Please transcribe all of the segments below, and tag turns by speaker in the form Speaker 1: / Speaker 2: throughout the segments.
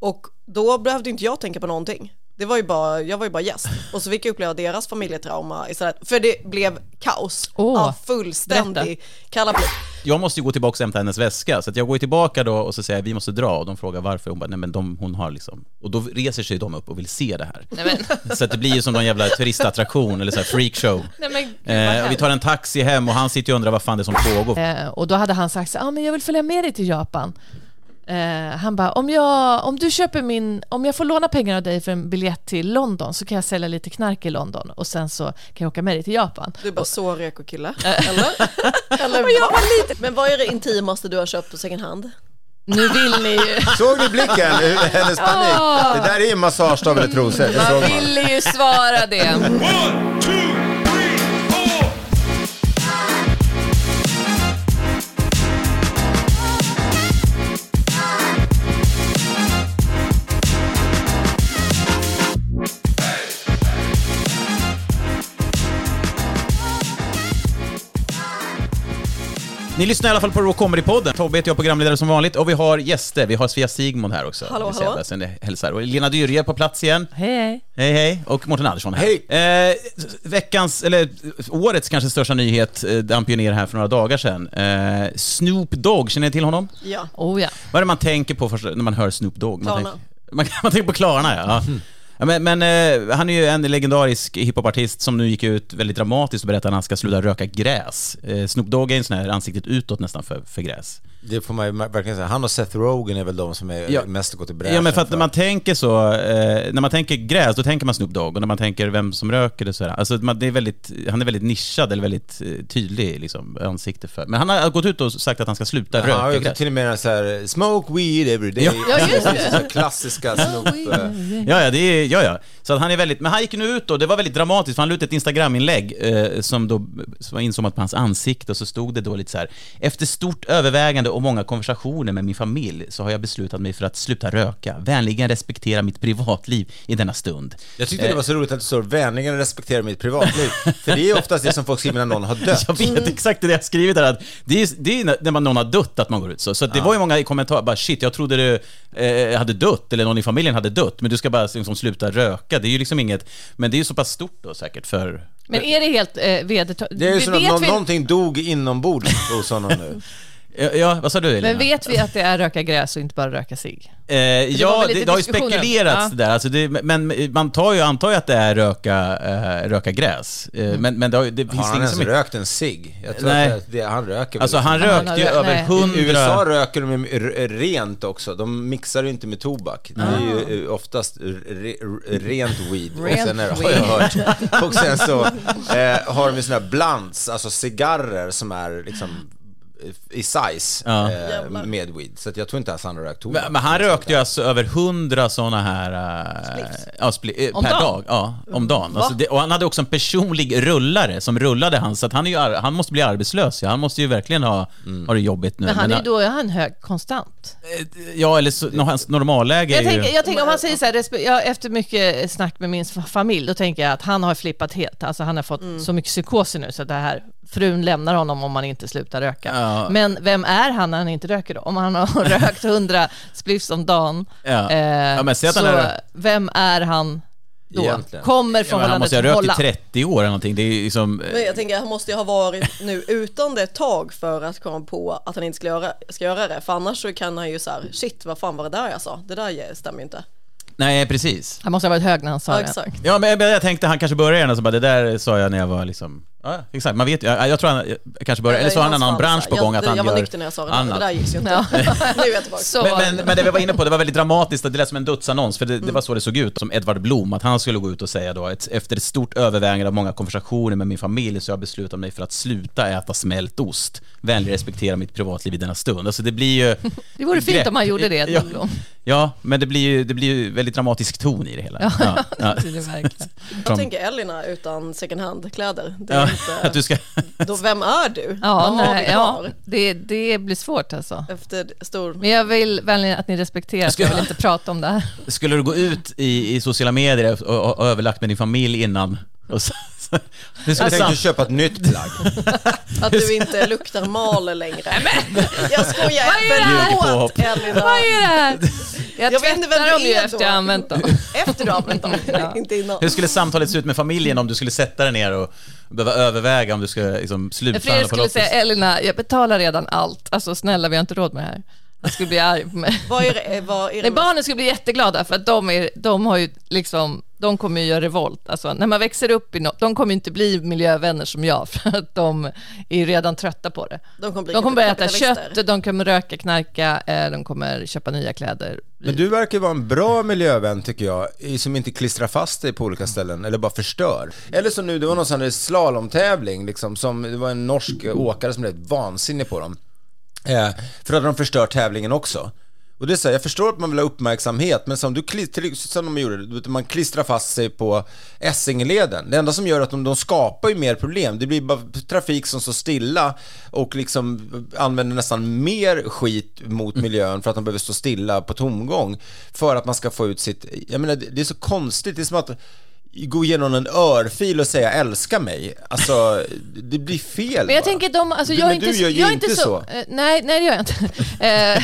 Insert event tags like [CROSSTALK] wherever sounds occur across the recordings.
Speaker 1: Och då behövde inte jag tänka på någonting. Det var ju bara, jag var ju bara gäst. Och så fick jag uppleva deras familjetrauma istället. För det blev kaos.
Speaker 2: Åh,
Speaker 1: ja, fullständig kalabalik.
Speaker 3: Jag måste ju gå tillbaka och hämta hennes väska, så att jag går ju tillbaka då och så säger jag, vi måste dra och de frågar varför. Hon bara, nej men de, hon har liksom... Och då reser sig de upp och vill se det här.
Speaker 2: Nej
Speaker 3: [LAUGHS]
Speaker 2: men,
Speaker 3: Så att det blir ju som någon jävla turistattraktion eller så här freakshow.
Speaker 2: nej men gud, vad
Speaker 3: Eh, och vi
Speaker 2: hemskt.
Speaker 3: tar en taxi hem och han sitter ju och undrar vad fan det är som pågår.
Speaker 2: Eh, och då hade han sagt så ah, men jag vill följa med dig till Japan. Eh, han bara, om jag, om du köper min, om jag får låna pengar av dig för en biljett till London så kan jag sälja lite knark i London och sen så kan jag åka med dig till Japan.
Speaker 1: Du är bara så reko kille. [LAUGHS] Eller? Eller vad? Men vad är det intimaste du har köpt på second hand?
Speaker 2: Nu vill
Speaker 4: [LAUGHS]
Speaker 2: ni ju,
Speaker 4: Såg du blicken?
Speaker 2: [LAUGHS]
Speaker 4: Hur- Hennes panik.
Speaker 2: Åh.
Speaker 4: Det där är ju massagestav eller trosor. Det såg
Speaker 2: man
Speaker 4: man.
Speaker 2: ville ju svara det.
Speaker 5: One, two, three, four.
Speaker 3: Ni lyssnar i alla fall på Raw Comedy-podden. Tobbe heter jag, programledare som vanligt. Och vi har gäster. Vi har Svea Sigmund här också.
Speaker 1: Hallå,
Speaker 3: Vi ser
Speaker 1: hallå.
Speaker 3: där Sen det hälsar. Och Lena Dyrje på plats igen.
Speaker 2: Hej, hej.
Speaker 3: Hej, hej. Och Mårten Andersson här.
Speaker 4: Hej.
Speaker 3: Eh, veckans, eller årets kanske största nyhet eh, damp ju ner här för några dagar sedan. Eh, Snoop Dogg, känner ni till honom?
Speaker 1: Ja.
Speaker 2: Oh ja.
Speaker 3: Vad är det man tänker på först när man hör Snoop Dogg? Man
Speaker 1: Klarna.
Speaker 3: tänker, man, [LAUGHS] man tänker på Klarna, ja. ja men men eh, han är ju en legendarisk hiphopartist som nu gick ut väldigt dramatiskt och berättade att han ska sluta röka gräs. Eh, Snoop Dogg är ju en sån här ansiktet utåt nästan för, för gräs.
Speaker 4: Det får man ju verkligen säga. Han och Seth Rogen är väl de som är
Speaker 3: Ja.
Speaker 4: mest gått i bräschen
Speaker 3: Ja men för att när man tänker så, eh, när man tänker gräs då tänker man Snoop Dogg och när man tänker vem som röker det så är det- alltså, man, det är väldigt, han är väldigt nischad eller väldigt eh, tydlig liksom, ansikte för. Men han har gått ut och sagt att han ska sluta
Speaker 4: Ja, Han har
Speaker 3: röka
Speaker 4: ju
Speaker 3: gräs.
Speaker 4: till och med så här, smoke weed every day. [LAUGHS]
Speaker 3: Ja,
Speaker 2: just det.
Speaker 4: Så här Klassiska Snoop. eh,
Speaker 3: Ja, ja, det är, ja, ja. Så att han är väldigt, men han gick nu ut och det var väldigt dramatiskt för han la ut ett Instagram-inlägg eh, som då som var inzoomat på hans ansikte och så stod det då lite så här. Efter stort övervägande och många konversationer med min familj så har jag beslutat mig för att sluta röka. Vänligen respektera mitt privatliv i denna stund.
Speaker 4: Jag tyckte det var så roligt att du står vänligen respektera mitt privatliv. För det är oftast det som folk skriver när någon har dött.
Speaker 3: [LAUGHS] Jag vet
Speaker 2: Mm.
Speaker 3: exakt det jag har skrivit här, att det är, det är när- när man, någon har dött att man går ut så. Så att det var ju många i kommentarer bara shit, jag trodde du eh, hade dött eller någon i familjen hade dött, men du ska bara liksom, sluta röka. Det är ju liksom inget, men det är ju så pass stort då säkert för
Speaker 2: Men är det helt eh, vedertaget?
Speaker 4: Det är ju som att
Speaker 2: vet
Speaker 4: någon,
Speaker 2: vi-
Speaker 4: någonting dog inombords hos honom nu.
Speaker 3: Ja, Ja, vad sa du Elina?
Speaker 2: Men vet vi att det är röka gräs och inte bara röka cigg?
Speaker 3: eh, ja,
Speaker 2: var väl
Speaker 3: det,
Speaker 2: lite
Speaker 3: det har ju
Speaker 2: diskussioner.
Speaker 3: spekulerats
Speaker 2: Ja.
Speaker 3: det där, alltså det, men man tar ju, antar ju att det är röka, eh, röka gräs.
Speaker 2: Mm.
Speaker 3: Eh, men, men det, har, ju- det
Speaker 4: Har
Speaker 3: finns
Speaker 4: han
Speaker 3: inget
Speaker 4: ens
Speaker 3: som... är-
Speaker 4: rökt en cigg? Jag tror
Speaker 3: Nej.
Speaker 4: att det, han röker väl
Speaker 3: Alltså
Speaker 4: inte.
Speaker 3: han
Speaker 2: Han har
Speaker 3: rökte ju
Speaker 2: rö-
Speaker 3: över
Speaker 2: nej.
Speaker 4: I USA
Speaker 3: hundra...
Speaker 4: röker de ju r- rent också, de mixar ju inte med tobak. Det är ju eh, oftast re, re- rent weed. och sen är, [LAUGHS]
Speaker 2: Rent
Speaker 4: har jag hört. Och sen så eh, har de ju såna här blunts, alltså cigarrer som är liksom eh, i size
Speaker 3: Ja.
Speaker 4: eh, med weed. Så att jag tror inte att han har rökt tobak.
Speaker 3: Men men han rökte ju alltså över hundra sådana här... eh, ja, spli, eh,
Speaker 2: Om
Speaker 3: per
Speaker 2: dagen?
Speaker 3: dag. Ja, om dagen. Alltså det, och han hade också en personlig rullare som rullade han, så att han, är ju, ar- han måste bli arbetslös. Ja. Han måste ju verkligen ha, ha det jobbigt nu. Eh,
Speaker 2: Men han är ju då är han hög konstant.
Speaker 3: Ja, eller så, hans normalläge är
Speaker 2: Jag
Speaker 3: ju...
Speaker 2: tänker, jag tänker om han säger så här, respe- ja, efter mycket snack med min f- familj, då tänker jag att han har flippat helt. Alltså han har fått så mycket psykoser nu så att det här, frun lämnar honom om han inte slutar röka.
Speaker 3: Ja.
Speaker 2: Men vem är han när han inte röker då? Om han har [LAUGHS] rökt 100 spliffs om dagen,
Speaker 3: Ja.
Speaker 2: eh,
Speaker 3: Ja, men säg att han
Speaker 2: så
Speaker 3: är-
Speaker 2: vem är han då
Speaker 4: Egentligen.
Speaker 2: kommer
Speaker 3: Ja, men han
Speaker 2: förhållandet
Speaker 3: måste ha rökt
Speaker 2: hålla.
Speaker 3: i 30 år eller någonting. Det är ju liksom... eh,
Speaker 1: Men jag tänker, han måste ju ha varit nu utan det ett tag för att komma på att han inte ska göra, ska göra det. För annars så kan han ju så här, shit vad fan var det där jag sa? Det där stämmer ju inte.
Speaker 3: Nej, precis.
Speaker 2: Han måste ha varit hög när han sa
Speaker 1: Ja,
Speaker 2: det.
Speaker 1: exakt.
Speaker 3: Ja, men jag, jag tänkte han kanske började och så bara, det där sa jag när jag var liksom... Ja, exakt. Man vet ju. Jag, jag tror han jag kanske började, eller så har han en
Speaker 1: Hans
Speaker 3: annan
Speaker 1: fan,
Speaker 3: bransch
Speaker 1: så
Speaker 3: på
Speaker 1: här,
Speaker 3: gång
Speaker 1: jag,
Speaker 3: att han
Speaker 1: Jag var
Speaker 3: gör
Speaker 1: nykter när jag sa det, där,
Speaker 3: annat.
Speaker 1: det där gick ju inte.
Speaker 2: [LAUGHS] Ja.
Speaker 1: [LAUGHS] nu är jag tillbaka.
Speaker 2: Så var
Speaker 3: Men,
Speaker 2: det.
Speaker 3: men, men det vi var inne på, det var väldigt dramatiskt, det lät som en dödsannons, för det, det var så det såg ut, som Edvard Blom, att han skulle gå ut och säga då, ett, efter ett stort övervägande av många konversationer med min familj så har jag beslutat mig för att sluta äta smält ost. Vänlig respektera mitt privatliv i denna stund. Alltså det blir
Speaker 1: [LAUGHS]
Speaker 3: ju...
Speaker 2: Det vore fint
Speaker 3: grepp
Speaker 2: om han gjorde det,
Speaker 3: i-
Speaker 2: Edvard
Speaker 3: ja, [LAUGHS]
Speaker 2: Blom.
Speaker 3: ja, men det blir ju, det blir ju väldigt dramatisk ton i det hela. Ja,
Speaker 1: [LAUGHS]
Speaker 3: ja.
Speaker 2: Det är det verkligen.
Speaker 1: Jag tänker Elina utan second hand-kläder. Det är
Speaker 3: [LAUGHS] Ja,
Speaker 1: inte,
Speaker 3: att du ska...
Speaker 1: då, vem är du?
Speaker 2: Ja,
Speaker 1: Vad har vi
Speaker 2: nej, ja
Speaker 1: kvar?
Speaker 2: det, det blir svårt alltså.
Speaker 1: Efter stor...
Speaker 2: Men jag vill vänligen att ni respekterar att jag vill inte prata om det här.
Speaker 3: Skulle du gå ut i, i sociala medier och, och, och överlagt med din familj innan? Och så, [LAUGHS] så, hur skulle
Speaker 4: Jag tänkte
Speaker 3: sam-
Speaker 4: köpa ett nytt plagg.
Speaker 1: Att du inte luktar mal
Speaker 2: [LAUGHS]
Speaker 1: längre. jag skojar,
Speaker 2: Vad är det här?
Speaker 3: Ljugerpåhopp.
Speaker 1: förlåt
Speaker 2: Vad
Speaker 1: Elina.
Speaker 2: är det här? Jag,
Speaker 1: Jag vet inte vem
Speaker 2: tvättar
Speaker 1: du
Speaker 2: dem ju
Speaker 1: är
Speaker 2: efter
Speaker 1: då.
Speaker 2: jag har använt dem.
Speaker 1: Efter du har använt
Speaker 2: [LAUGHS]
Speaker 1: dem, inte innan.
Speaker 3: Hur skulle samtalet se ut med familjen om du skulle sätta dig ner och behöva överväga om du ska liksom sluta
Speaker 2: Fredrik
Speaker 3: på
Speaker 2: skulle
Speaker 3: loppis?
Speaker 2: säga Elina, jag betalar redan allt. Alltså snälla, vi har inte råd med det här. Han skulle bli arg på mig.
Speaker 1: Vad är det, vad är det
Speaker 2: Nej,
Speaker 1: med-
Speaker 2: barnen skulle bli jätteglada för att de, är, de har ju liksom, de kommer ju göra revolt. Alltså, när man växer upp i något, de kommer ju inte bli miljövänner som jag [LAUGHS] för att de är ju redan trötta på det.
Speaker 1: De kommer bli
Speaker 2: De kommer börja äta
Speaker 1: kapitalister.
Speaker 2: kött, de kommer röka, knarka, eh, de kommer köpa nya kläder.
Speaker 4: Men du verkar vara en bra miljövän tycker jag, i- som inte klistrar fast dig på olika ställen eller bara förstör. Eller som nu, det var någon sån här slalomtävling liksom, som, det var en norsk åkare som blev vansinnig på dem. Eh, för då hade de förstört tävlingen också. Och det är så här, jag förstår att man vill ha uppmärksamhet, men som, du, kli- till, som de gjorde, du vet, man klistrar fast sig på Essingeleden. Det enda som gör att de, de skapar ju mer problem, det blir bara trafik som står stilla och liksom använder nästan mer skit mot
Speaker 2: Mm.
Speaker 4: miljön för att de behöver stå stilla på tomgång för att man ska få ut sitt, jag menar det, det är så konstigt, det är som att gå igenom en örfil och säga älska mig. Alltså, det blir fel
Speaker 2: Men jag
Speaker 4: bara.
Speaker 2: tänker de, alltså
Speaker 4: Men
Speaker 2: jag är
Speaker 4: du
Speaker 2: inte,
Speaker 4: gör ju
Speaker 2: jag är
Speaker 4: inte
Speaker 2: inte så.
Speaker 4: så.
Speaker 2: eh, Nej, nej det gör
Speaker 4: [LAUGHS]
Speaker 2: jag inte.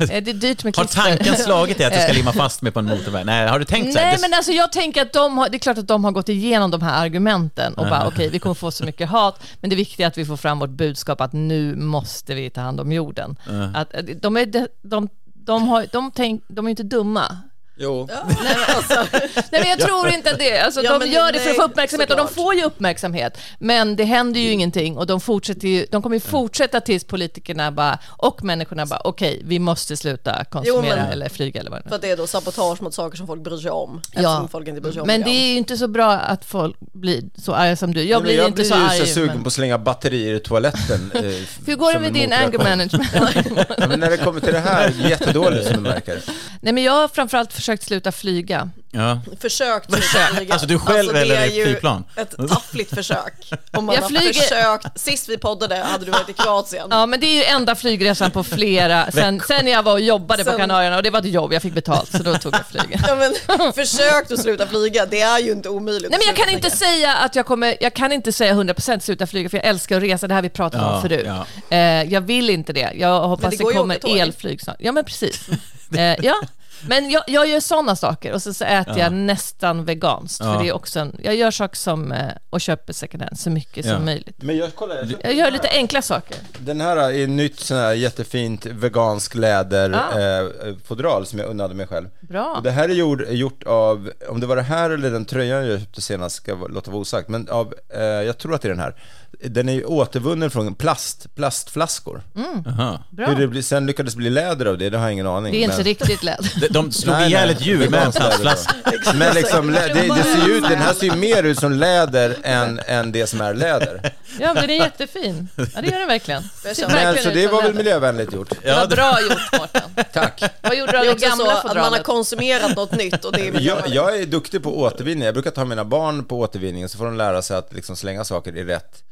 Speaker 2: Eh, eh, det är dyrt med
Speaker 3: Har
Speaker 2: klister.
Speaker 3: tanken slagit dig att du ska limma fast mig på en motorväg? Nej, har du tänkt så här?
Speaker 2: [LAUGHS] Eh. Nej,
Speaker 3: Det-
Speaker 2: men alltså jag tänker att de har, det är klart att de har gått igenom de här argumenten och bara okej, vi kommer få så mycket hat, men det viktiga är att vi får fram vårt budskap att nu måste vi ta hand om jorden. Att, eh, de, är, de, de, de, har, de, tänk, de är inte dumma.
Speaker 4: Jo.
Speaker 2: alltså. Nej, men jag tror inte att det. Alltså,
Speaker 1: Ja,
Speaker 2: de
Speaker 1: men
Speaker 2: gör det
Speaker 1: nej,
Speaker 2: för att få uppmärksamhet och de
Speaker 1: såklart.
Speaker 2: får ju uppmärksamhet. Men det händer
Speaker 4: Mm.
Speaker 2: ju ingenting och de, fortsätter ju, de kommer ju fortsätta tills politikerna bara, och människorna bara okej, vi måste sluta
Speaker 1: Jo,
Speaker 2: konsumera
Speaker 1: men-
Speaker 2: eller flyga eller vad det
Speaker 1: För
Speaker 2: nu
Speaker 1: att det är då sabotage mot saker som folk bryr sig om.
Speaker 2: Ja.
Speaker 1: Eftersom folk inte bryr sig om
Speaker 2: Men det
Speaker 1: miljön.
Speaker 2: är ju inte så bra att folk blir så arga som du. Jag blir
Speaker 4: jag
Speaker 2: inte
Speaker 4: blir
Speaker 2: så
Speaker 4: ju
Speaker 2: arg.
Speaker 4: så sugen
Speaker 2: men...
Speaker 4: på att slänga batterier i toaletten. eh,
Speaker 2: [LAUGHS] Hur går det
Speaker 4: som
Speaker 2: med
Speaker 4: en
Speaker 2: din
Speaker 4: motreaktion. [LAUGHS]
Speaker 2: anger management?
Speaker 4: Ja, men när det kommer till det här, jättedåligt som du märker.
Speaker 2: Nej, men jag har framförallt försökt sluta flyga.
Speaker 3: ja.
Speaker 1: Försökt flyga.
Speaker 3: Alltså, du själv
Speaker 1: det
Speaker 3: eller
Speaker 1: är
Speaker 3: ett
Speaker 1: ju
Speaker 3: flygplan?
Speaker 1: Ett taffligt försök. Om man
Speaker 2: Jag
Speaker 1: har
Speaker 2: flyger-
Speaker 1: försökt. Sist vi poddade hade du varit i Kroatien.
Speaker 2: Ja, men det är ju enda flygresan
Speaker 4: [LAUGHS]
Speaker 2: på flera, sen, sen jag var och jobbade på
Speaker 1: Sen-
Speaker 2: Kanarierna och det var ett jobb, jag fick betalt så då tog jag flyget.
Speaker 1: Ja, men, försökt att sluta flyga, det är ju inte omöjligt.
Speaker 2: Nej men jag
Speaker 1: att sluta
Speaker 2: kan inte
Speaker 1: flyga.
Speaker 2: säga att jag kommer, jag kan inte säga 100% sluta flyga för jag älskar att resa, det här har vi pratat
Speaker 3: Ja,
Speaker 2: om förut.
Speaker 3: ja.
Speaker 2: Eh, jag vill inte det, jag hoppas det,
Speaker 1: går ju att åka
Speaker 2: kommer
Speaker 1: tåg.
Speaker 2: elflyg snart. Ja men precis. eh, ja. Men jag, jag gör sådana saker och så, så äter jag nästan veganskt.
Speaker 3: Ja.
Speaker 2: För det är också en, jag gör saker som, eh, och köper second hand så mycket
Speaker 3: Ja.
Speaker 2: som möjligt.
Speaker 4: Men jag kollar,
Speaker 2: Jag gör lite enkla saker.
Speaker 4: den här är ett nytt sån här jättefint vegansk
Speaker 2: Ah.
Speaker 4: läderfodral som jag unnade mig själv.
Speaker 2: Bra.
Speaker 4: Och det här är gjord, gjort av, om det var det här eller den tröjan jag köpte senast, ska jag låta vara osagt, men av, eh, jag tror att det är den här. Den är ju återvunnen från plast, plastflaskor.
Speaker 2: Mm.
Speaker 3: Aha.
Speaker 2: Bra.
Speaker 4: Hur det blir, sen lyckades bli läder av det, det har jag ingen aning
Speaker 2: Det är inte
Speaker 4: men-
Speaker 2: riktigt lätt.
Speaker 3: De, de slog
Speaker 4: Nej,
Speaker 3: ihjäl
Speaker 4: nej.
Speaker 3: ett djur med en
Speaker 4: Veganskt läder då.
Speaker 3: plastflaska.
Speaker 4: Men liksom, lä- det, det ser ju ut, den här ser ju mer ut som läder än, än det som är läder.
Speaker 2: Ja men den är jättefin. Ja det gör den verkligen. Det ser
Speaker 4: Men,
Speaker 2: verkligen
Speaker 4: så
Speaker 2: ut
Speaker 4: det
Speaker 2: som
Speaker 4: var väl
Speaker 2: läder.
Speaker 4: miljövänligt gjort?
Speaker 2: Det var bra gjort Mårten.
Speaker 4: Tack.
Speaker 2: Vad gjorde du av
Speaker 1: Det är
Speaker 2: det
Speaker 1: också så
Speaker 2: gamla
Speaker 1: att man har
Speaker 2: fodralet?
Speaker 1: konsumerat något nytt och det
Speaker 3: [LAUGHS]
Speaker 1: är
Speaker 4: Jag, jag är duktig på återvinning, jag brukar ta mina barn på återvinning och så får de lära sig att liksom slänga saker i rätt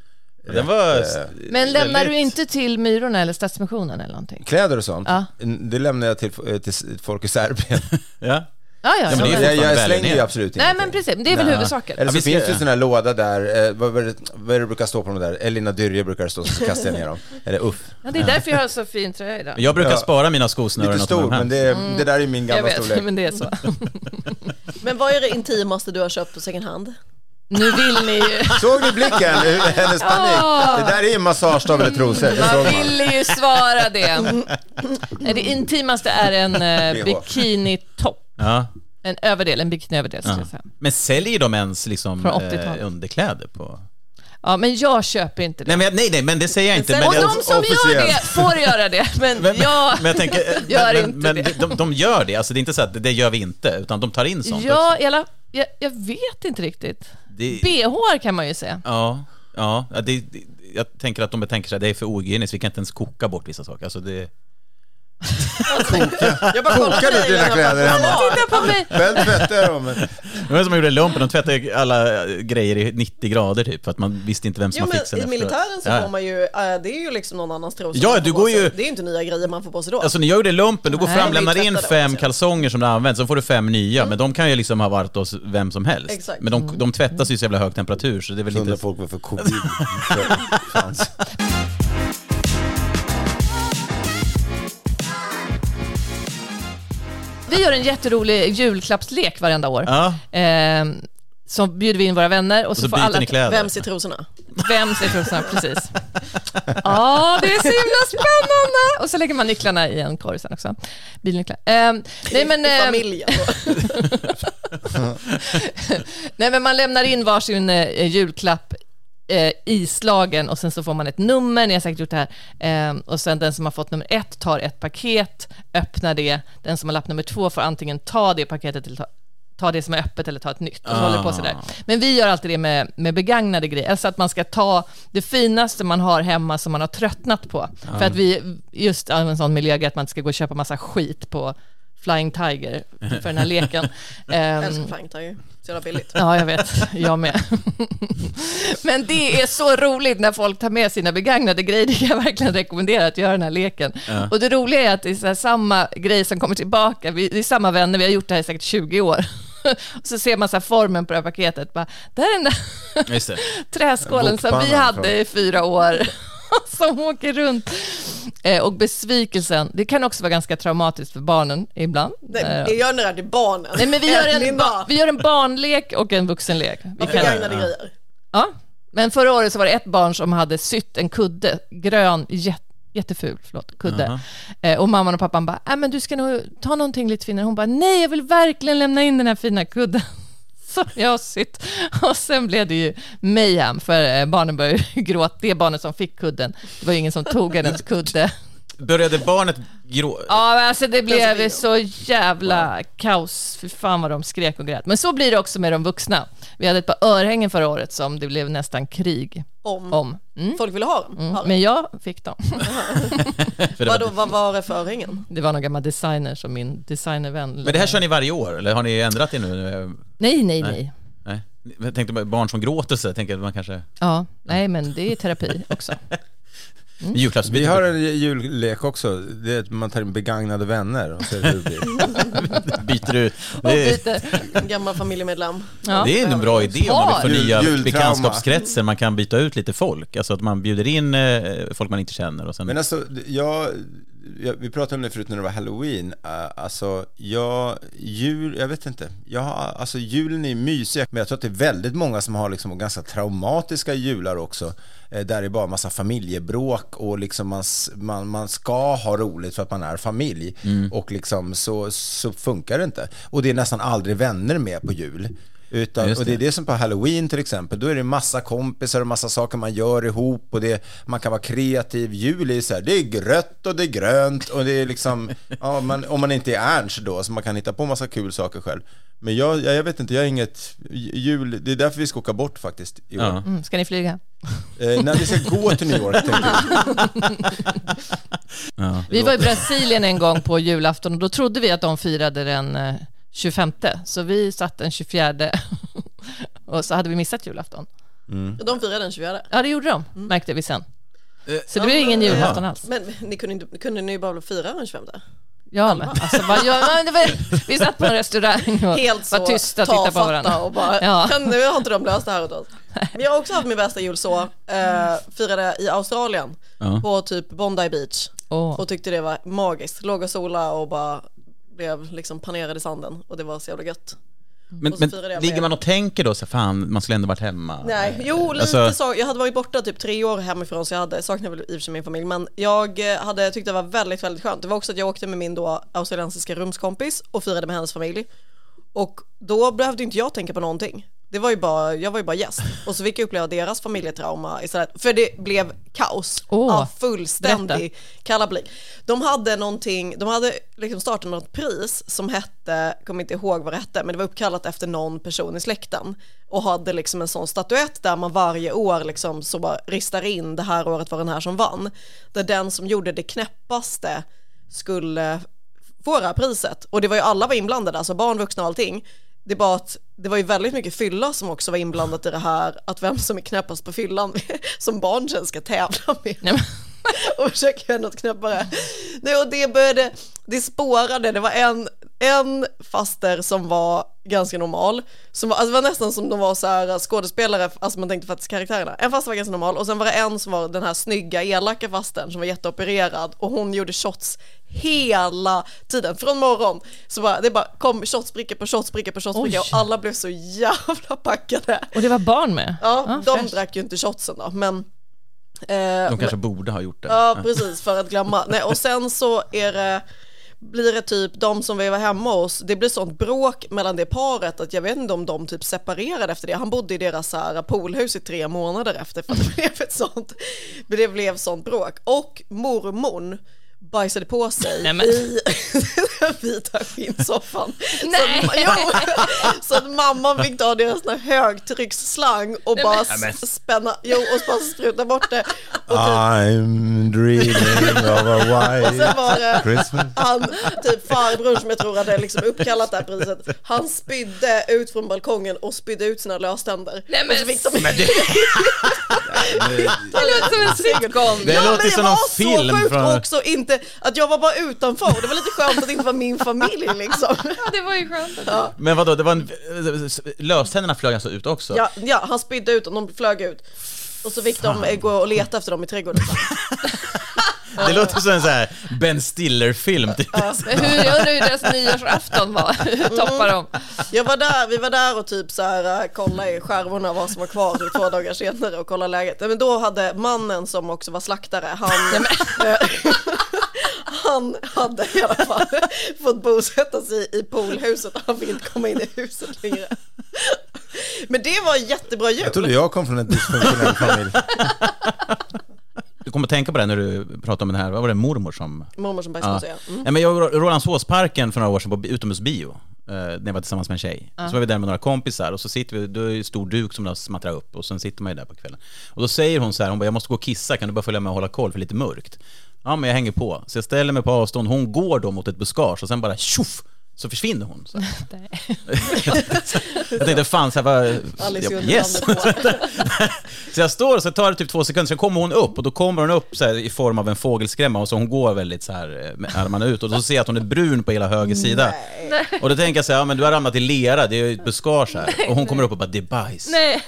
Speaker 3: Den var...
Speaker 2: Men lämnar du
Speaker 3: väldigt-
Speaker 2: inte till Myrorna eller Stadsmissionen eller någonting?
Speaker 4: kläder och sånt.
Speaker 2: Ja.
Speaker 4: Det lämnar jag till, eh, till folk i Serbien.
Speaker 3: [LAUGHS] Ja.
Speaker 2: Ja, ja.
Speaker 3: [LAUGHS] men
Speaker 2: så-
Speaker 3: det är
Speaker 4: Jag, jag slänger ju
Speaker 3: fortfarande välgörenhet.
Speaker 4: absolut
Speaker 2: Nej,
Speaker 4: ingenting.
Speaker 2: men precis. Men Det är väl
Speaker 3: Nej.
Speaker 2: huvudsaken.
Speaker 4: Eller så
Speaker 3: Ja, vi ska-
Speaker 4: finns det ju sån här låda där, eh, vad, vad, är det- vad är det brukar stå på de där? Elina Dyrje brukar det stå, så kastar jag ner dem. Eller uff.
Speaker 2: Ja, det är därför jag har så fin tröja idag.
Speaker 3: Jag brukar
Speaker 4: Ja.
Speaker 3: spara mina skosnören
Speaker 4: Lite
Speaker 3: och ta med
Speaker 4: stor,
Speaker 3: dem hem.
Speaker 2: [LAUGHS]
Speaker 4: men det, det där är min
Speaker 2: Mm. Jag
Speaker 4: gamla
Speaker 2: vet,
Speaker 4: storlek.
Speaker 2: men det är så.
Speaker 1: Men vad är det intimaste du har köpt på second hand?
Speaker 2: Nu vill ni [LAUGHS] ju...
Speaker 4: Såg ni blicken? Hennes panik. Det där är en massagestav eller trosor. Det
Speaker 2: Man
Speaker 4: såg man.
Speaker 2: ville ju svara
Speaker 3: [LAUGHS]
Speaker 2: det. Nej, Det intimaste är en eh, bikinitopp.
Speaker 3: Ja.
Speaker 2: En överdel, en bikiniöverdel skulle jag säga.
Speaker 3: Men säljer de ens liksom
Speaker 2: Från 80-talet.
Speaker 3: eh, underkläder på...
Speaker 2: Ja, men jag köper inte det.
Speaker 3: Nej, men, nej, nej, men det säger jag inte.
Speaker 1: Sen-
Speaker 3: Men,
Speaker 2: Och de som gör det
Speaker 4: officiellt.
Speaker 2: får
Speaker 3: [LAUGHS]
Speaker 2: göra det, men,
Speaker 3: men, men,
Speaker 2: jag...
Speaker 3: men jag
Speaker 2: [LAUGHS]
Speaker 3: tänker, eh,
Speaker 2: gör
Speaker 3: men,
Speaker 2: inte
Speaker 3: men,
Speaker 2: det.
Speaker 3: men de, de gör det, alltså det är inte så att det gör vi inte, utan de tar in sånt
Speaker 2: Ja,
Speaker 3: också.
Speaker 2: i alla, jag, jag vet inte riktigt.
Speaker 3: Det-
Speaker 2: BH kan man ju säga.
Speaker 3: Ja, ja ja, det, det, jag tänker att de tänker så här, det är för ohygieniskt, vi kan inte ens koka bort vissa saker. Alltså det,
Speaker 1: Jag bara kollar
Speaker 4: Kokar du dina kläder hemma?
Speaker 2: Titta på mig!
Speaker 4: Själv tvättar jag dem.
Speaker 3: det var som man gjorde i lumpen, de tvättade ju alla eh, grejer i 90 grader typ, för att man visste inte vem som
Speaker 1: Jo
Speaker 3: har fixat
Speaker 1: men i
Speaker 3: den efteråt.
Speaker 1: militären så
Speaker 3: Ja.
Speaker 1: får man ju, eh, det är ju liksom någon annans trosor.
Speaker 3: Ja,
Speaker 1: man får
Speaker 3: du
Speaker 1: på
Speaker 3: går
Speaker 1: sig.
Speaker 3: ju-
Speaker 1: Det är ju inte nya grejer man får på sig då.
Speaker 3: Alltså när jag gjorde lumpen, du går
Speaker 2: Nej,
Speaker 3: fram,
Speaker 1: vi
Speaker 3: lämnar in
Speaker 1: tvättade
Speaker 3: fem
Speaker 1: också.
Speaker 3: kalsonger som du har använt, så får du fem nya,
Speaker 2: Mm.
Speaker 3: men de kan ju liksom ha varit hos vem som helst.
Speaker 1: Exakt.
Speaker 3: Men de, de tvättas ju i så jävla hög temperatur, så det är väl
Speaker 4: Undrar
Speaker 3: inte...
Speaker 4: folk varför covid fanns.
Speaker 2: Vi gör en jätterolig julklappslek varenda år.
Speaker 3: Ja,
Speaker 2: Ehm, så bjuder vi in våra vänner och
Speaker 3: och
Speaker 2: så,
Speaker 3: så
Speaker 2: får
Speaker 3: byter
Speaker 2: alla...
Speaker 3: ni kläder.
Speaker 1: Vem ser trosorna?
Speaker 2: [LAUGHS] Vem ser trosorna? Precis. Ja, det är så himla spännande! Och så lägger man nycklarna i en korg sen också. Bilnycklar. Ehm, nej, men,
Speaker 1: I
Speaker 2: ehm,
Speaker 1: familjen.
Speaker 2: [LAUGHS] nej, men man lämnar in varsin eh, julklapp eh, i slagen och sen så får man ett nummer, ni har säkert gjort det här. Ehm, och sen den som har fått nummer ett tar ett paket, öppnar det. Den som har lapp nummer två får antingen ta det paketet eller ta ta det som är öppet eller ta ett nytt och så håller det på sådär. Men vi gör alltid det med, med begagnade grejer, alltså att man ska ta det finaste man har hemma som man har tröttnat på. För att vi, just av en sån miljögrej att man inte ska gå och köpa massa skit på Flying Tiger för den här leken. Ehm,
Speaker 1: Jag älskar plankton ju. Så jävla billigt.
Speaker 2: [LAUGHS] Ja, jag vet. Jag med. [LAUGHS] Men det är så roligt när folk tar med sina begagnade grejer. Det kan jag verkligen rekommendera att göra den här leken. Och det roliga är att det är så här samma grej som kommer tillbaka. Vi, det är samma vänner, vi har gjort det här i säkert 20 år. [LAUGHS] Och så ser man så här formen på det här paketet. Bara, där [LAUGHS] är den där
Speaker 3: Just det.
Speaker 2: träskålen som vi
Speaker 4: Bokpannan,
Speaker 2: hade
Speaker 4: tror
Speaker 2: i fyra år [LAUGHS] som åker runt. Eh, och besvikelsen, det kan också vara ganska traumatiskt för barnen ibland.
Speaker 1: Nej,
Speaker 2: Eh,
Speaker 1: jag gör den där till barnen.
Speaker 2: Nej, men vi, gör
Speaker 1: [LAUGHS]
Speaker 2: en,
Speaker 1: Linda,
Speaker 2: ba- vi gör en barnlek och en vuxenlek. Vi kan,
Speaker 1: begagnade grejer.
Speaker 2: ja. Men förra året så var det ett barn som hade sytt en kudde, grön, jätte, jätteful förlåt, kudde. Eh, och mamman och pappan bara, äh, men du ska nog ta någonting lite finare. Hon bara, nej jag vill verkligen lämna in den här fina kudden. [LAUGHS] Som jag har sytt. Och sen blev det ju mayhem, för eh, barnen började ju [LAUGHS] gråta. Det barnet som fick kudden, det var ju ingen som tog hennes kudde.
Speaker 3: Började barnet grå...
Speaker 2: [LAUGHS] Ja, men alltså det blev så jävla kaos. Fy fan vad de skrek och grät. Men så blir det också med de vuxna. Vi hade ett par örhängen förra året som det blev nästan krig
Speaker 1: Om.
Speaker 2: om. Mm.
Speaker 1: Folk ville ha dem. Har-
Speaker 2: Men jag fick dem. [LAUGHS]
Speaker 3: För det var-
Speaker 1: Vadå, vad var det för örhängen?
Speaker 2: Det var någon gammal designer som min designervän...
Speaker 3: Men det här kör ni varje år, eller har ni ändrat det nu?
Speaker 2: Nej, nej, nej.
Speaker 3: Nej. Jag tänkte bara barn som gråter så jag tänker att man kanske...
Speaker 2: Ja, nej men det är terapi
Speaker 3: [LAUGHS]
Speaker 2: också.
Speaker 3: Julklappsbyte.
Speaker 4: Vi har en jullek också. Det är att man tar in begagnade vänner och ser hur det blir.
Speaker 3: [LAUGHS] byter ut.
Speaker 2: Och
Speaker 3: Det är,
Speaker 2: byter.
Speaker 1: En gammal familjemedlem.
Speaker 2: Ja.
Speaker 3: det är en bra idé om man vill förnya
Speaker 4: Jul- jultrauma.
Speaker 3: bekantskapskretsen. Man kan byta ut lite folk. Alltså att man bjuder in eh, folk man inte känner och sen...
Speaker 4: Men alltså, jag, jag, vi pratade om det förut när det var halloween. Uh, alltså, jag, jul, jag vet inte. Jag har, alltså, julen är mysig, men jag tror att det är väldigt många som har liksom ganska traumatiska jular också. Eh, där det är bara massa familjebråk och liksom man, s- man, man ska ha roligt för att man är familj. Och liksom så, så funkar det inte. Och det är nästan aldrig vänner med på jul. Utan,
Speaker 3: Just
Speaker 4: och det är
Speaker 3: det.
Speaker 4: det som på halloween till exempel, då är det massa kompisar och massa saker man gör ihop och det, man kan vara kreativ. Jul är så här, det är grött och det är grönt och det är liksom, ja, man, om man inte är Ernst då, så man kan hitta på massa kul saker själv. Men jag, jag, jag vet inte, jag är inget, j- jul, det är därför vi ska åka bort faktiskt i år.
Speaker 3: Ja.
Speaker 2: Mm, ska ni flyga?
Speaker 4: Eh, när vi ska gå till New York tänkte jag.
Speaker 2: Vi var i Brasilien en gång på julafton och då trodde vi att de firade den eh, 25, så vi satt den 24 [LAUGHS] och så hade vi missat julafton.
Speaker 1: De firade den 24.
Speaker 2: Ja, det gjorde de, märkte vi
Speaker 3: Eh,
Speaker 2: sen. Så det blev ingen julafton alls.
Speaker 1: Mm. Men ni kunde, inte, kunde ni ju bara fira den 25?
Speaker 2: Ja, men alltså, vad gör man? Det var, vi satt på en restaurang och
Speaker 1: Helt så
Speaker 2: var tysta och tittade på
Speaker 1: tafatta
Speaker 2: varandra.
Speaker 1: och bara,
Speaker 2: Ja.
Speaker 1: "Men [LAUGHS] nu har inte de löst det här åt oss. Men jag har också haft min bästa jul så, eh, firade i Australien på typ Bondi Beach
Speaker 2: Åh.
Speaker 1: och tyckte det var magiskt. Låg och sola och bara blev liksom panerad i sanden och det var så jävla gött.
Speaker 3: Men,
Speaker 1: Och så
Speaker 3: men
Speaker 1: firade jag med
Speaker 3: ligger
Speaker 1: er.
Speaker 3: man och tänker då så här, fan, man skulle ändå varit hemma?
Speaker 1: Nej, jo lite
Speaker 3: Alltså-
Speaker 1: så. Jag hade varit borta typ tre år hemifrån så jag hade, saknade väl i och för sig min familj men jag eh, hade tyckt det var väldigt väldigt skönt. Det var också att jag åkte med min då australiensiska rumskompis och firade med hennes familj och då behövde inte jag tänka på någonting. Det var ju bara, jag var ju bara gäst och så fick jag uppleva deras familjetrauma istället för det blev kaos
Speaker 2: Åh,
Speaker 1: av fullständig kalabalik. De hade någonting, de hade liksom startat något pris som hette, kommer inte ihåg vad det hette, men det var uppkallat efter någon person i släkten och hade liksom en sån statuett där man varje år liksom så bara ristar in det här året var den här som vann. Där den som gjorde det knäppaste skulle få det här priset. Och det var ju alla var inblandade, alltså barn, vuxna och allting. Det var att det var ju väldigt mycket fylla som också var inblandat i det här, att vem som är knäppast på fyllan [LAUGHS] som barn sen ska tävla med
Speaker 2: Nej, men,
Speaker 1: och försöka göra något knäppare. Nej, och det började, det spårade, det var en, en faster som var ganska normal, som var, alltså det var nästan som de var så här skådespelare, alltså man tänkte faktiskt karaktärerna. En faster var ganska normal och sen var det en som var den här snygga elaka fastern som var jätteopererad och hon gjorde shots hela tiden, från morgon. Så bara, det bara kom shotsbricka på shotsbricka på shotsbricka
Speaker 2: Oj.
Speaker 1: och alla blev så jävla packade.
Speaker 2: och det var barn med?
Speaker 1: Ja, de
Speaker 2: fräscht.
Speaker 1: drack ju inte shotsen då, men
Speaker 3: De kanske borde ha gjort det.
Speaker 1: Ja, precis, för att glömma. Nej, och sen så är det, blir det typ de som vi var hemma hos, det blir sånt bråk mellan det paret att jag vet inte om de typ separerade efter det. Han bodde i deras så här poolhus i tre månader efter för att det [LAUGHS] blev ett sånt, men det blev sånt bråk. Och mormon bajsade på sig
Speaker 2: Nej, men-
Speaker 1: i [LAUGHS] den vita skinnsoffan.
Speaker 2: Nej.
Speaker 1: Så, att- jo, [LAUGHS] så att mamman fick ta deras sån här högtrycksslang och bara spänna, jo, och bara spruta bort det. Och typ
Speaker 4: I'm dreaming of a
Speaker 1: Sen
Speaker 4: white
Speaker 1: var det
Speaker 4: Christmas.
Speaker 1: han, typ farbror som jag tror hade liksom uppkallat det här priset, han spydde ut från balkongen och spydde ut sina löständer.
Speaker 2: Nej, men
Speaker 1: och så fick de
Speaker 3: Men det,
Speaker 2: Det låter som en sitcom.
Speaker 3: det
Speaker 1: Ja, men
Speaker 3: låter
Speaker 1: det
Speaker 3: som
Speaker 1: var
Speaker 3: någon
Speaker 1: så
Speaker 3: film
Speaker 1: sjukt
Speaker 3: från...
Speaker 1: också, inte, att jag var bara utanför och det var lite skönt att det inte var min familj liksom.
Speaker 2: Det var ju skönt.
Speaker 3: Men vadå, det var en... löständerna flög alltså ut också?
Speaker 1: Ja, ja, han spydde ut och de flög ut. Och så fick de eh, gå och leta efter dem i trädgården.
Speaker 3: Det låter som en sån här Ben Stiller-film. Typ.
Speaker 2: Men hur, jag undrar hur deras nyårsafton [LAUGHS] var. Hur toppar de?
Speaker 1: Jag var där, vi var där och typ så här, eh, kollade i skärvorna vad som var kvar typ två dagar senare och kollade läget. Nej, Men då hade mannen som också var slaktare, han, eh, [LAUGHS] han hade i alla fall fått bosätta sig i poolhuset och han fick inte komma in i huset längre. Men det var en jättebra jul.
Speaker 4: Jag trodde jag kom från en dysfunktionell [LAUGHS] familj.
Speaker 3: Du kommer att tänka på det när du pratar om den här, vad var det, mormor som...
Speaker 1: Mormor som bajsade
Speaker 3: Ja.
Speaker 1: på sig. ja. Mm.
Speaker 3: Nej, men jag var i Rålambshovsparken för några år sedan på bi- utomhusbio. eh, När jag var tillsammans med en tjej. Så var vi där med några kompisar och så sitter vi, då är det en stor duk som de smattrar upp och sen sitter man ju där på kvällen. Och då säger hon så här, hon bara, jag måste gå och kissa, kan du bara följa med och hålla koll för det är lite mörkt? Ja men jag hänger på. Så jag ställer mig på avstånd, hon går då mot ett buskage och sen bara tjoff! Så försvinner hon. Så. här. jag tänkte fan så här, vad,
Speaker 1: Alice i
Speaker 3: jag, yes!
Speaker 1: Underlandet på. [LAUGHS]
Speaker 3: Så jag står och så tar det typ två sekunder, sen kommer hon upp och då kommer hon upp så här, i form av en fågelskrämma och så hon går väldigt så här eh, med armarna ut och då ser jag att hon är brun på hela höger sida. Och då tänker jag så här, ja men du har ramlat i lera, det är ju ett buskage här. Och hon kommer upp och bara, det är bajs.
Speaker 2: Nej.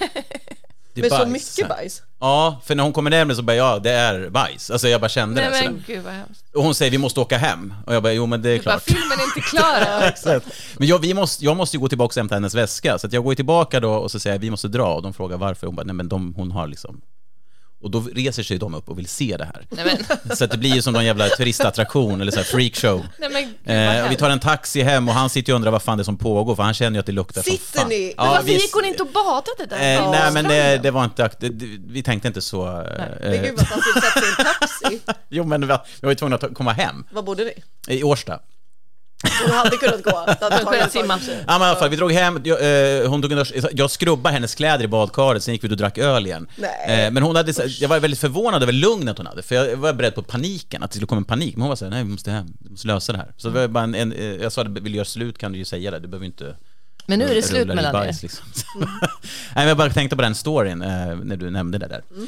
Speaker 3: det är
Speaker 1: Men så
Speaker 3: bajs."
Speaker 1: mycket bajs.
Speaker 3: Ja, för när hon kommer närmare så bara, ja det är bajs. Alltså jag bara kände
Speaker 2: Nej
Speaker 3: det. Så där.
Speaker 2: men gud vad hemskt.
Speaker 3: Och hon säger, vi måste åka hem. Och jag bara, jo men det är
Speaker 2: Bara,
Speaker 3: klart.
Speaker 2: filmen är inte [LAUGHS] klar än.
Speaker 3: Exakt. Men jag, vi måste, jag måste ju gå tillbaka och hämta hennes väska. Så att jag går ju tillbaka då och så säger jag, vi måste dra. Och de frågar varför. Hon bara, nej men de, hon har liksom... Och då reser sig de upp och vill se det här.
Speaker 2: Nej men,
Speaker 3: Så att det blir ju som någon jävla turistattraktion eller så här freakshow.
Speaker 2: nej men gud vad
Speaker 3: Eh, och vi
Speaker 2: hemskt.
Speaker 3: tar en taxi hem och han sitter ju och undrar vad fan det är som pågår för han känner ju att det luktar
Speaker 1: Sitter
Speaker 3: som fan.
Speaker 1: ni? Men
Speaker 2: Men varför
Speaker 3: vi-
Speaker 2: gick hon inte och badade där?
Speaker 3: Eh,
Speaker 2: på
Speaker 3: nej men det,
Speaker 2: stranden?
Speaker 3: det var inte, akt- det, det, vi tänkte inte så. Eh,
Speaker 1: Men gud vad fan, typ satt sig i en taxi.
Speaker 3: [LAUGHS] jo men vi var vi var ju tvungna att ta, komma hem
Speaker 1: Var bodde ni?
Speaker 3: i Årsta.
Speaker 1: Hon hade kunnat gå. Det hade
Speaker 2: Själva
Speaker 1: tagit
Speaker 2: simman.
Speaker 3: Ja, men i alla fall, vi drog hem, jag, eh, hon tog en dusch, jag skrubbade hennes kläder i badkaret, sen gick vi ut och drack öl igen.
Speaker 1: Nej.
Speaker 3: Eh, men hon hade, så- jag var väldigt förvånad över lugnet hon hade, för jag var beredd på paniken, att det skulle komma en panik. Men hon var såhär, nej vi måste hem, vi måste lösa det här. Så det var bara en, en, eh, jag sa, att vill du göra slut kan du ju säga det, du behöver ju inte
Speaker 2: Men nu är det
Speaker 3: rulla
Speaker 2: slut
Speaker 3: i
Speaker 2: mellan er.
Speaker 3: bajs, Liksom. [LAUGHS] nej, men jag bara tänkte på den storyn eh, när du nämnde det där.
Speaker 2: Mm.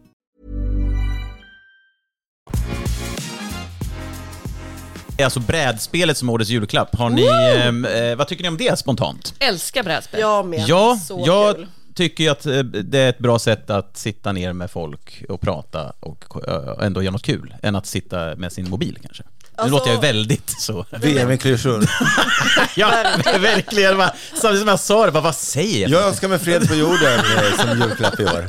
Speaker 3: Det är alltså brädspelet som årets julklapp. Har ni, ehm, eh, vad tycker ni om det spontant?
Speaker 2: Älskar brädspel.
Speaker 1: Jag med.
Speaker 3: Ja,
Speaker 1: så
Speaker 3: jag
Speaker 1: kul.
Speaker 3: tycker ju att eh, det är ett bra sätt att sitta ner med folk och prata och eh, ändå göra något kul, än att sitta med sin mobil kanske. Nu
Speaker 1: Alltså-
Speaker 3: låter jag ju väldigt så.
Speaker 4: VM i klyschor.
Speaker 3: Ja, [LAUGHS] verkligen. va? Samtidigt som jag sa det, bara, vad säger jag?
Speaker 4: Jag önskar mig fred på jorden eh, som julklapp i år.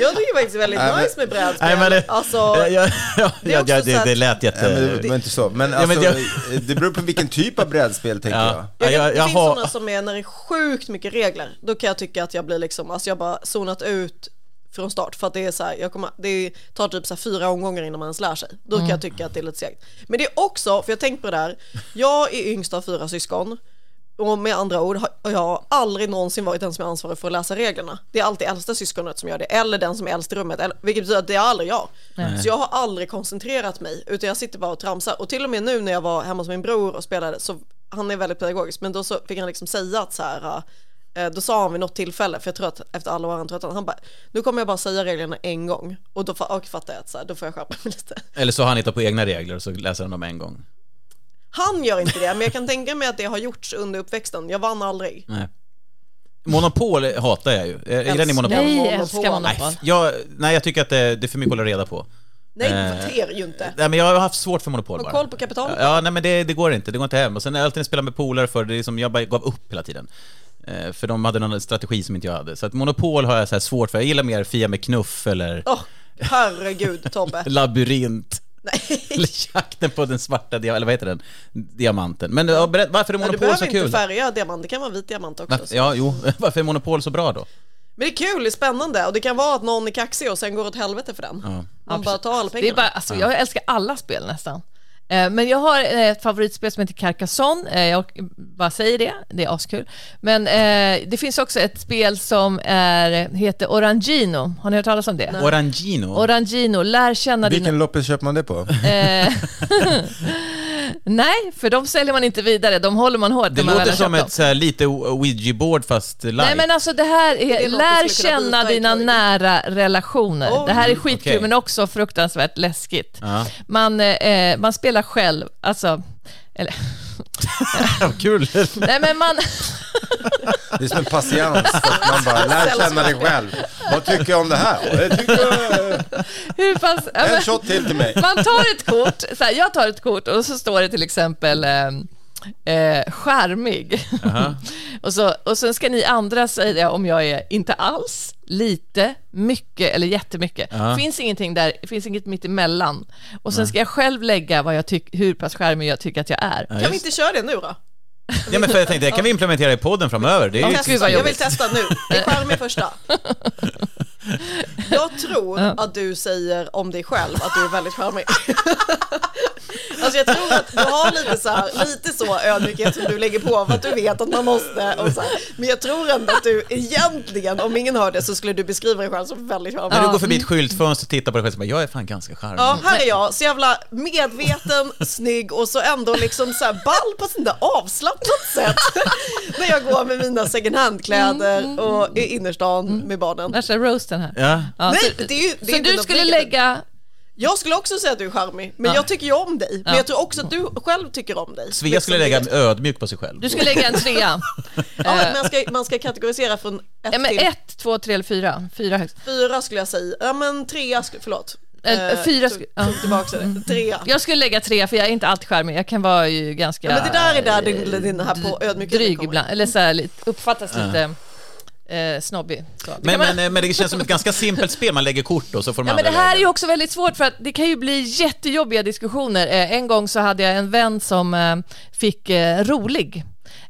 Speaker 1: Jag tycker faktiskt det är väldigt nice med brädspel.
Speaker 3: eh,
Speaker 1: alltså,
Speaker 3: eh, jag- ja,
Speaker 1: det är också
Speaker 3: ja,
Speaker 1: så
Speaker 3: det,
Speaker 1: att-
Speaker 3: det lät jätte...
Speaker 4: Nej, men det var inte så. Eh, Men,
Speaker 3: Ja, men
Speaker 4: alltså,
Speaker 3: jag-
Speaker 4: det beror på vilken typ av brädspel, tänker jag.
Speaker 3: ja. Ja,
Speaker 1: Jag kan,
Speaker 3: jag,
Speaker 1: det
Speaker 3: jag
Speaker 1: finns
Speaker 3: har-
Speaker 1: sådana som är när det är sjukt mycket regler. Då kan jag tycka att jag blir liksom, alltså jag har bara zonat ut från start för att det är så här, jag kommer, det tar typ så här fyra omgångar innan man ens lär sig. Då kan jag
Speaker 3: Mm.
Speaker 1: tycka att det är lite segt. Men det är också, för jag har tänkt på det här, jag är yngst av fyra syskon och med andra ord har och jag har aldrig någonsin varit den som är ansvarig för att läsa reglerna. Det är alltid äldsta syskonet som gör det eller den som är äldst i rummet, eller, vilket betyder att det är aldrig jag. Så jag har aldrig koncentrerat mig utan jag sitter bara och tramsar och till och med nu när jag var hemma hos min bror och spelade så han är väldigt pedagogisk men då så fick han liksom säga att så här eh, då sa han vid något tillfälle, för jag tror att efter alla år han tröttnade, han bara nu kommer jag bara säga reglerna en gång och då fa- och fattar jag att så här, då får jag skärpa mig [LAUGHS] lite.
Speaker 3: Eller så har han hittat på egna regler och så läser han dem en gång.
Speaker 1: Han gör inte det men jag kan tänka mig att det har gjorts under uppväxten, jag vann aldrig.
Speaker 3: Nej. Monopol hatar jag ju. Är, är ni monopol?
Speaker 2: Nej,
Speaker 1: Monopol.
Speaker 2: jag älskar
Speaker 3: Nej,
Speaker 2: Monopol.
Speaker 3: f- jag, nej, jag tycker att det, det är för mycket att hålla reda på.
Speaker 1: Nej, kvarter ju inte.
Speaker 3: Eh, Nej, men jag har haft svårt för monopol
Speaker 1: Och
Speaker 3: bara.
Speaker 1: koll på kapitalet.
Speaker 3: Ja, nej men det, det går inte. Det går inte hem. Och sen alltid när jag spelade med polare för det är som jag bara gav upp hela tiden. Eh, För de hade någon strategi som inte jag hade. Så att monopol har jag så här svårt för. Jag gillar mer Fia med knuff eller
Speaker 1: Åh,
Speaker 3: [LAUGHS]
Speaker 1: herregud Tobbe.
Speaker 3: labyrint. Eller jakten på den svarta diamanten, eller vad heter den? Diamanten. Men ja, berätt, varför är
Speaker 1: Nej, du
Speaker 3: monopol
Speaker 1: behöver
Speaker 3: så
Speaker 1: inte
Speaker 3: kul?
Speaker 1: färga diamant, det kan vara vit diamant också.
Speaker 3: Varför, ja, jo. [LAUGHS] Varför är monopol så bra då?
Speaker 1: Men det är kul, det är spännande och det kan vara att någon är kaxig och sen går åt helvete för den. Man bara tar alla
Speaker 2: Det är
Speaker 1: pengarna.
Speaker 2: bara, alltså, jag älskar alla spel nästan. Eh, Men jag har eh, ett favoritspel som heter Carcassonne, Eh, jag bara säger det, det är askul. Men eh, det finns också ett spel som är, heter Orangino, har ni hört talas om det?
Speaker 3: Orangino?
Speaker 2: Orangino, lär känna dina...
Speaker 4: Vilken loppis köper man det på?
Speaker 2: Nej, för de säljer man inte vidare, de håller man hårt.
Speaker 3: det
Speaker 2: när man väl
Speaker 3: låter
Speaker 2: har
Speaker 3: som
Speaker 2: köpt
Speaker 3: ett så här, lite ouija-board fast live.
Speaker 2: Nej
Speaker 3: [LAUGHS]
Speaker 2: men alltså det här är,
Speaker 1: Det är något
Speaker 2: lär
Speaker 1: du skulle kunna
Speaker 2: känna
Speaker 1: byta i
Speaker 2: dina
Speaker 1: teorin.
Speaker 2: nära relationer. det här är skitkul
Speaker 3: okej.
Speaker 2: men också fruktansvärt läskigt. Man, eh, man spelar själv, alltså, eller, [LAUGHS]
Speaker 3: Kul!
Speaker 1: [LAUGHS]
Speaker 2: nej men man, [LAUGHS]
Speaker 4: Det är som en patiens, att man bara lär känna dig själv. Vad tycker jag om det här? Ja, Jag tycker, eh,
Speaker 2: hur pass... ja,
Speaker 4: en
Speaker 2: men-
Speaker 4: shot till till mig.
Speaker 2: Man tar ett kort, så här, jag tar ett kort och så står det till exempel eh, eh, skärmig. [LAUGHS] och, så, och sen ska ni andra säga om jag är inte alls, lite, mycket eller jättemycket. Finns ingenting där, finns inget mitt emellan. Och sen ska jag själv lägga vad jag tyck, hur pass skärmig jag tycker att jag är.
Speaker 1: Kan vi inte köra det nu då?
Speaker 3: Ja, men för jag tänkte, det kan vi implementera i podden framöver. Det är ju
Speaker 1: Testa.
Speaker 2: gud vad
Speaker 1: jag vill
Speaker 2: jobbigt.
Speaker 1: testa nu. Det är charm
Speaker 3: [LAUGHS]
Speaker 1: i första. Jag tror att du säger om dig själv att du är väldigt charmig. [LAUGHS] Alltså jag tror att du har lite så, här, lite så ödmjukhet som du lägger på för att du vet att man måste. Och så här. Men jag tror ändå att du egentligen, om ingen hör det, så skulle du beskriva dig själv som väldigt charmig.
Speaker 3: När du går förbi ett skyltfönster och tittar på dig själv så bara, jag är fan ganska charmig.
Speaker 1: Ja, här är jag, så jävla medveten, snygg och så ändå liksom så här ball på sånt där avslappnat sätt. [LAUGHS] När jag går med mina second
Speaker 2: Mm,
Speaker 1: hand-kläder och i innerstan med barnen.
Speaker 2: Värsta roasten här.
Speaker 3: Ja.
Speaker 2: Ja,
Speaker 1: Nej,
Speaker 2: Mm. så
Speaker 1: det är ju- det är
Speaker 2: så
Speaker 1: inte
Speaker 2: du
Speaker 1: något
Speaker 2: skulle
Speaker 1: negativt.
Speaker 2: lägga...
Speaker 1: Jag skulle också säga att du är charmig, men
Speaker 2: Ja.
Speaker 1: jag tycker ju om dig. Men
Speaker 2: Ja.
Speaker 1: jag tror också att du själv tycker om dig.
Speaker 3: Svea
Speaker 1: Liksom
Speaker 3: skulle
Speaker 1: det-
Speaker 3: lägga en ödmjuk på sig själv.
Speaker 2: Du skulle lägga en
Speaker 1: [LAUGHS]
Speaker 2: trea.
Speaker 1: Ja, men man, ska, man ska kategorisera från ett
Speaker 2: Ja, men
Speaker 1: till
Speaker 2: ett, två, tre eller fyra. Fyra högst.
Speaker 1: fyra skulle jag säga. Ja, men trea, skulle- förlåt.
Speaker 2: Eh,
Speaker 1: Eh,
Speaker 2: fyra
Speaker 1: tog-
Speaker 2: sku- ja.
Speaker 1: Tog tillbaka det. Trea.
Speaker 2: Jag skulle lägga tre, för jag är inte alltid charmig. Jag kan vara ju ganska...
Speaker 1: Ja, men det där är där din, din här på ödmjukheten
Speaker 2: dryg
Speaker 1: kommer.
Speaker 2: ibland, eller så här, lite- uppfattas lite eh, snobbig. Så. Det
Speaker 3: Men,
Speaker 2: kan man-
Speaker 3: men, eh, men det känns som ett ganska simpelt spel, man lägger kort och så får de
Speaker 2: Ja, men det
Speaker 3: andra
Speaker 2: här är ju
Speaker 3: lägga.
Speaker 2: också väldigt svårt för att det kan ju bli jättejobbiga diskussioner. Eh, en gång så hade jag en vän som eh, fick eh, rolig.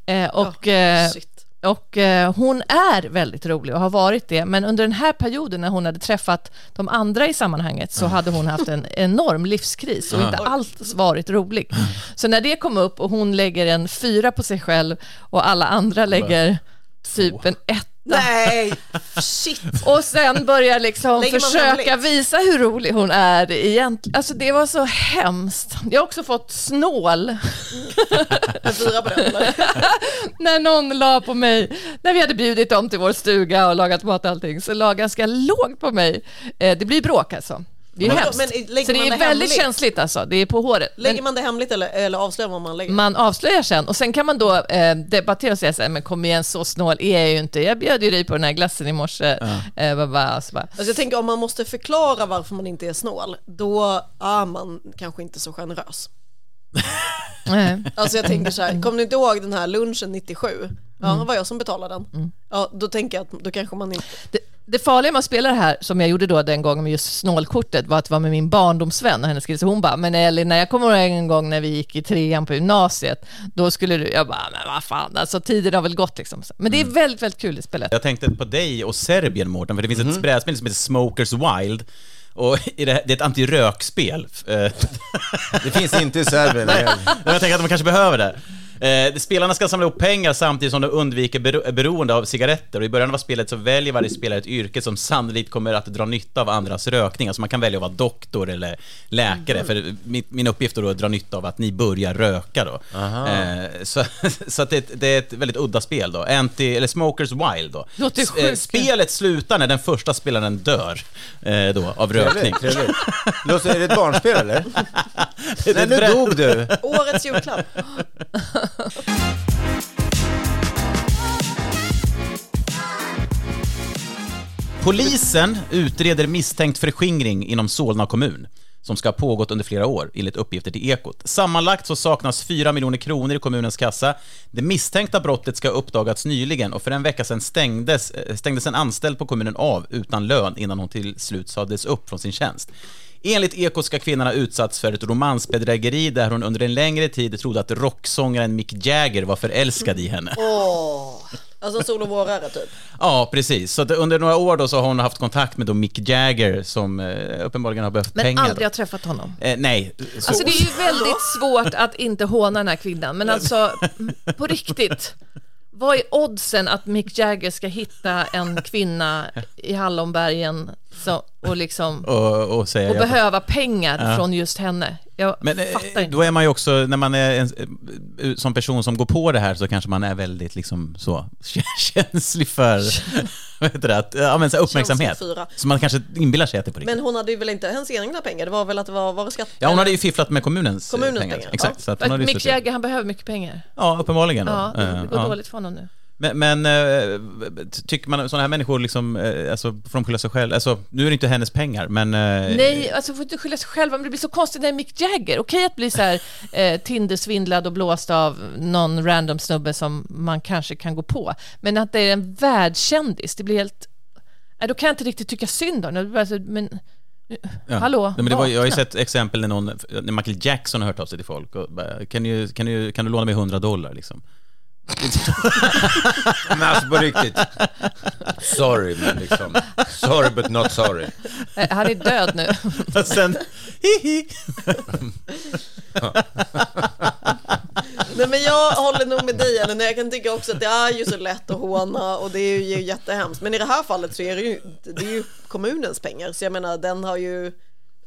Speaker 2: Eh, och eh,
Speaker 1: shit.
Speaker 2: och eh, hon är väldigt rolig och har varit det, men under den här perioden när hon hade träffat de andra i sammanhanget så hade hon haft en enorm livskris och inte alls varit rolig. Så när det kom upp och hon lägger en fyra på sig själv och alla andra lägger typ en etta
Speaker 1: Nej, shit.
Speaker 2: och sen börjar liksom
Speaker 1: Lägger man
Speaker 2: försöka
Speaker 1: hemligt?
Speaker 2: visa hur rolig hon är egentligen. Alltså det var så hemskt. Jag har också fått snål
Speaker 1: En fyra [LAUGHS] på den. eller?
Speaker 2: när någon la på mig, när vi hade bjudit dem till vår stuga och lagat mat och allting, så la ganska lågt på mig. Eh, det blir bråk alltså. Det är
Speaker 1: Men-
Speaker 2: hemskt.
Speaker 1: men lägger
Speaker 2: så det
Speaker 1: man
Speaker 2: är
Speaker 1: det
Speaker 2: väldigt
Speaker 1: hemligt?
Speaker 2: känsligt alltså, det är på håret. Men-
Speaker 1: Lägger man det hemligt eller, eller avslöjar man man lägger?
Speaker 2: man avslöjar sen och sen kan man då eh, debattera och säga så här, men kom igen så snål är jag ju inte, jag bjöd ju dig på den här glassen i morse. Eh, bara, bara, så bara.
Speaker 1: Alltså jag tänker om man måste förklara varför man inte är snål, då är man kanske inte så [LAUGHS] generös.
Speaker 2: Nej.
Speaker 1: Alltså jag tänker så här, kommer ni inte ihåg den här lunchen 97? Ja, det var jag som betalade den. Ja, då tänker jag att då kanske man inte...
Speaker 2: Det, det farliga med att spela det här, som jag gjorde då den gången med just snålkortet, var att det var med min barndomsvän och hennes kille. Så hon bara, men Elin, när jag kommer ihåg en gång när vi gick i trean på gymnasiet, då skulle du... Jag bara, men vad fan, alltså tiden har väl gått liksom. Så- Men det är
Speaker 3: Mm.
Speaker 2: väldigt, väldigt kul i spelet.
Speaker 3: Jag tänkte på dig och Serbien, Mårten, för det finns
Speaker 2: Mhm.
Speaker 3: ett brädspel som heter Smokers Wild. Och i det, här- det är ett antirökspel. Eh,
Speaker 4: Det finns inte i Serbien.
Speaker 3: Men jag tänker att de kanske behöver det. Eh, spelarna ska samla ihop pengar samtidigt som de undviker bero- beroende av cigaretter. Och I början av spelet så väljer varje spelare ett yrke som sannolikt kommer att dra nytta av andras rökning. Alltså man kan välja att vara doktor eller läkare.
Speaker 2: Mm.
Speaker 3: För min, min uppgift är då att dra nytta av att ni börjar röka då. Eh, så [LAUGHS] så att det, är ett- det är ett väldigt udda spel då. Anti, eller Smokers Wild då.
Speaker 2: Låter
Speaker 3: S- eh,
Speaker 2: sjukt.
Speaker 3: spelet slutar när den första spelaren dör eh, då, av rökning.
Speaker 4: Trevligt, trevligt. Låt, är det ett barnspel eller?
Speaker 3: Det är
Speaker 4: Nej,
Speaker 3: ett
Speaker 4: nu
Speaker 3: brett-
Speaker 4: dog du.
Speaker 1: Årets julklapp.
Speaker 3: Polisen utreder misstänkt förskingring inom Solna kommun som ska ha pågått under flera år, enligt uppgifter till Ekot. Sammanlagt så saknas 4 miljoner kronor i kommunens kassa. Det misstänkta brottet ska ha uppdagats nyligen och för en vecka sedan stängdes, eh, stängdes en anställd på kommunen av utan lön innan hon till slut sades upp från sin tjänst. Enligt Ekot ska kvinnan ha utsatts för ett romansbedrägeri där hon under en längre tid trodde att rocksångaren Mick Jagger var förälskad i henne.
Speaker 1: [LAUGHS] Åh, alltså sol och vårare typ.
Speaker 3: Ja, precis. Så att under några år då så har hon haft kontakt med då Mick Jagger som eh, uppenbarligen har behövt
Speaker 2: Men
Speaker 3: pengar.
Speaker 2: aldrig har
Speaker 3: då.
Speaker 2: träffat honom.
Speaker 3: eh, nej. Så.
Speaker 2: Alltså det är ju väldigt svårt att inte håna den här kvinnan, men alltså på riktigt. Vad är oddsen att Mick Jagger ska hitta en kvinna i Hallonbergen så, och liksom...
Speaker 3: och, och säga
Speaker 2: och
Speaker 3: jag-
Speaker 2: behöva pengar från just henne. Jag
Speaker 3: Men eh,
Speaker 2: fattar inte.
Speaker 3: då är man ju också, när man är en, eh, som person som går på det här så kanske man är väldigt liksom så [LAUGHS] känslig för [LAUGHS] vad heter det, att, ja, men, så här, uppmärksamhet.
Speaker 1: Känslig fyra.
Speaker 3: Så man kanske inbillar sig att det är på riktigt.
Speaker 1: Men hon hade ju väl inte hennes egna pengar, det var väl att det var, var det skatt?
Speaker 3: ja, hon hade ju fifflat med kommunens, eh,
Speaker 1: Kommunens
Speaker 3: pengar.
Speaker 1: pengar,
Speaker 3: Exakt.
Speaker 1: ja.
Speaker 3: Så att hon
Speaker 2: Att
Speaker 3: hade ju
Speaker 2: Mick
Speaker 3: stött ut.
Speaker 2: Jagger, han behöver mycket pengar.
Speaker 3: Ja, uppenbarligen. då.
Speaker 2: Ja, det går
Speaker 3: Eh, ja.
Speaker 2: dåligt för honom nu.
Speaker 3: Men, men eh, t- tycker man sådana här människor liksom, eh, alltså, får de skylla sig själv? Alltså, nu är det inte hennes pengar, men... eh,
Speaker 2: Nej, alltså får inte skylla sig själva, men det blir så konstigt när det är Mick Jagger. Okej att bli så här eh, Tinder-svindlad och blåst av någon random snubbe som man kanske kan gå på. Men att det är en världskändis, det blir helt... Nej, då kan jag inte riktigt tycka synd om honom. Alltså, Men...
Speaker 3: ja.
Speaker 2: Hallå,
Speaker 3: Nej, men det var, jag har ju
Speaker 2: vakna.
Speaker 3: sett exempel när, någon, när Michael Jackson har hört av sig till folk och bara, kan, du, kan, du, kan du låna mig 100 dollar liksom?
Speaker 4: [LAUGHS] Men alltså på riktigt. Sorry, men liksom. Sorry but not sorry.
Speaker 2: Eh, han är död nu.
Speaker 3: Och sen, hihi!
Speaker 1: Nej men jag håller nog med dig Ellen, jag kan tycka också att det är ju så lätt att håna och det är ju jättehemskt. Men i det här fallet så är det ju, det är ju kommunens pengar, så jag menar den har ju,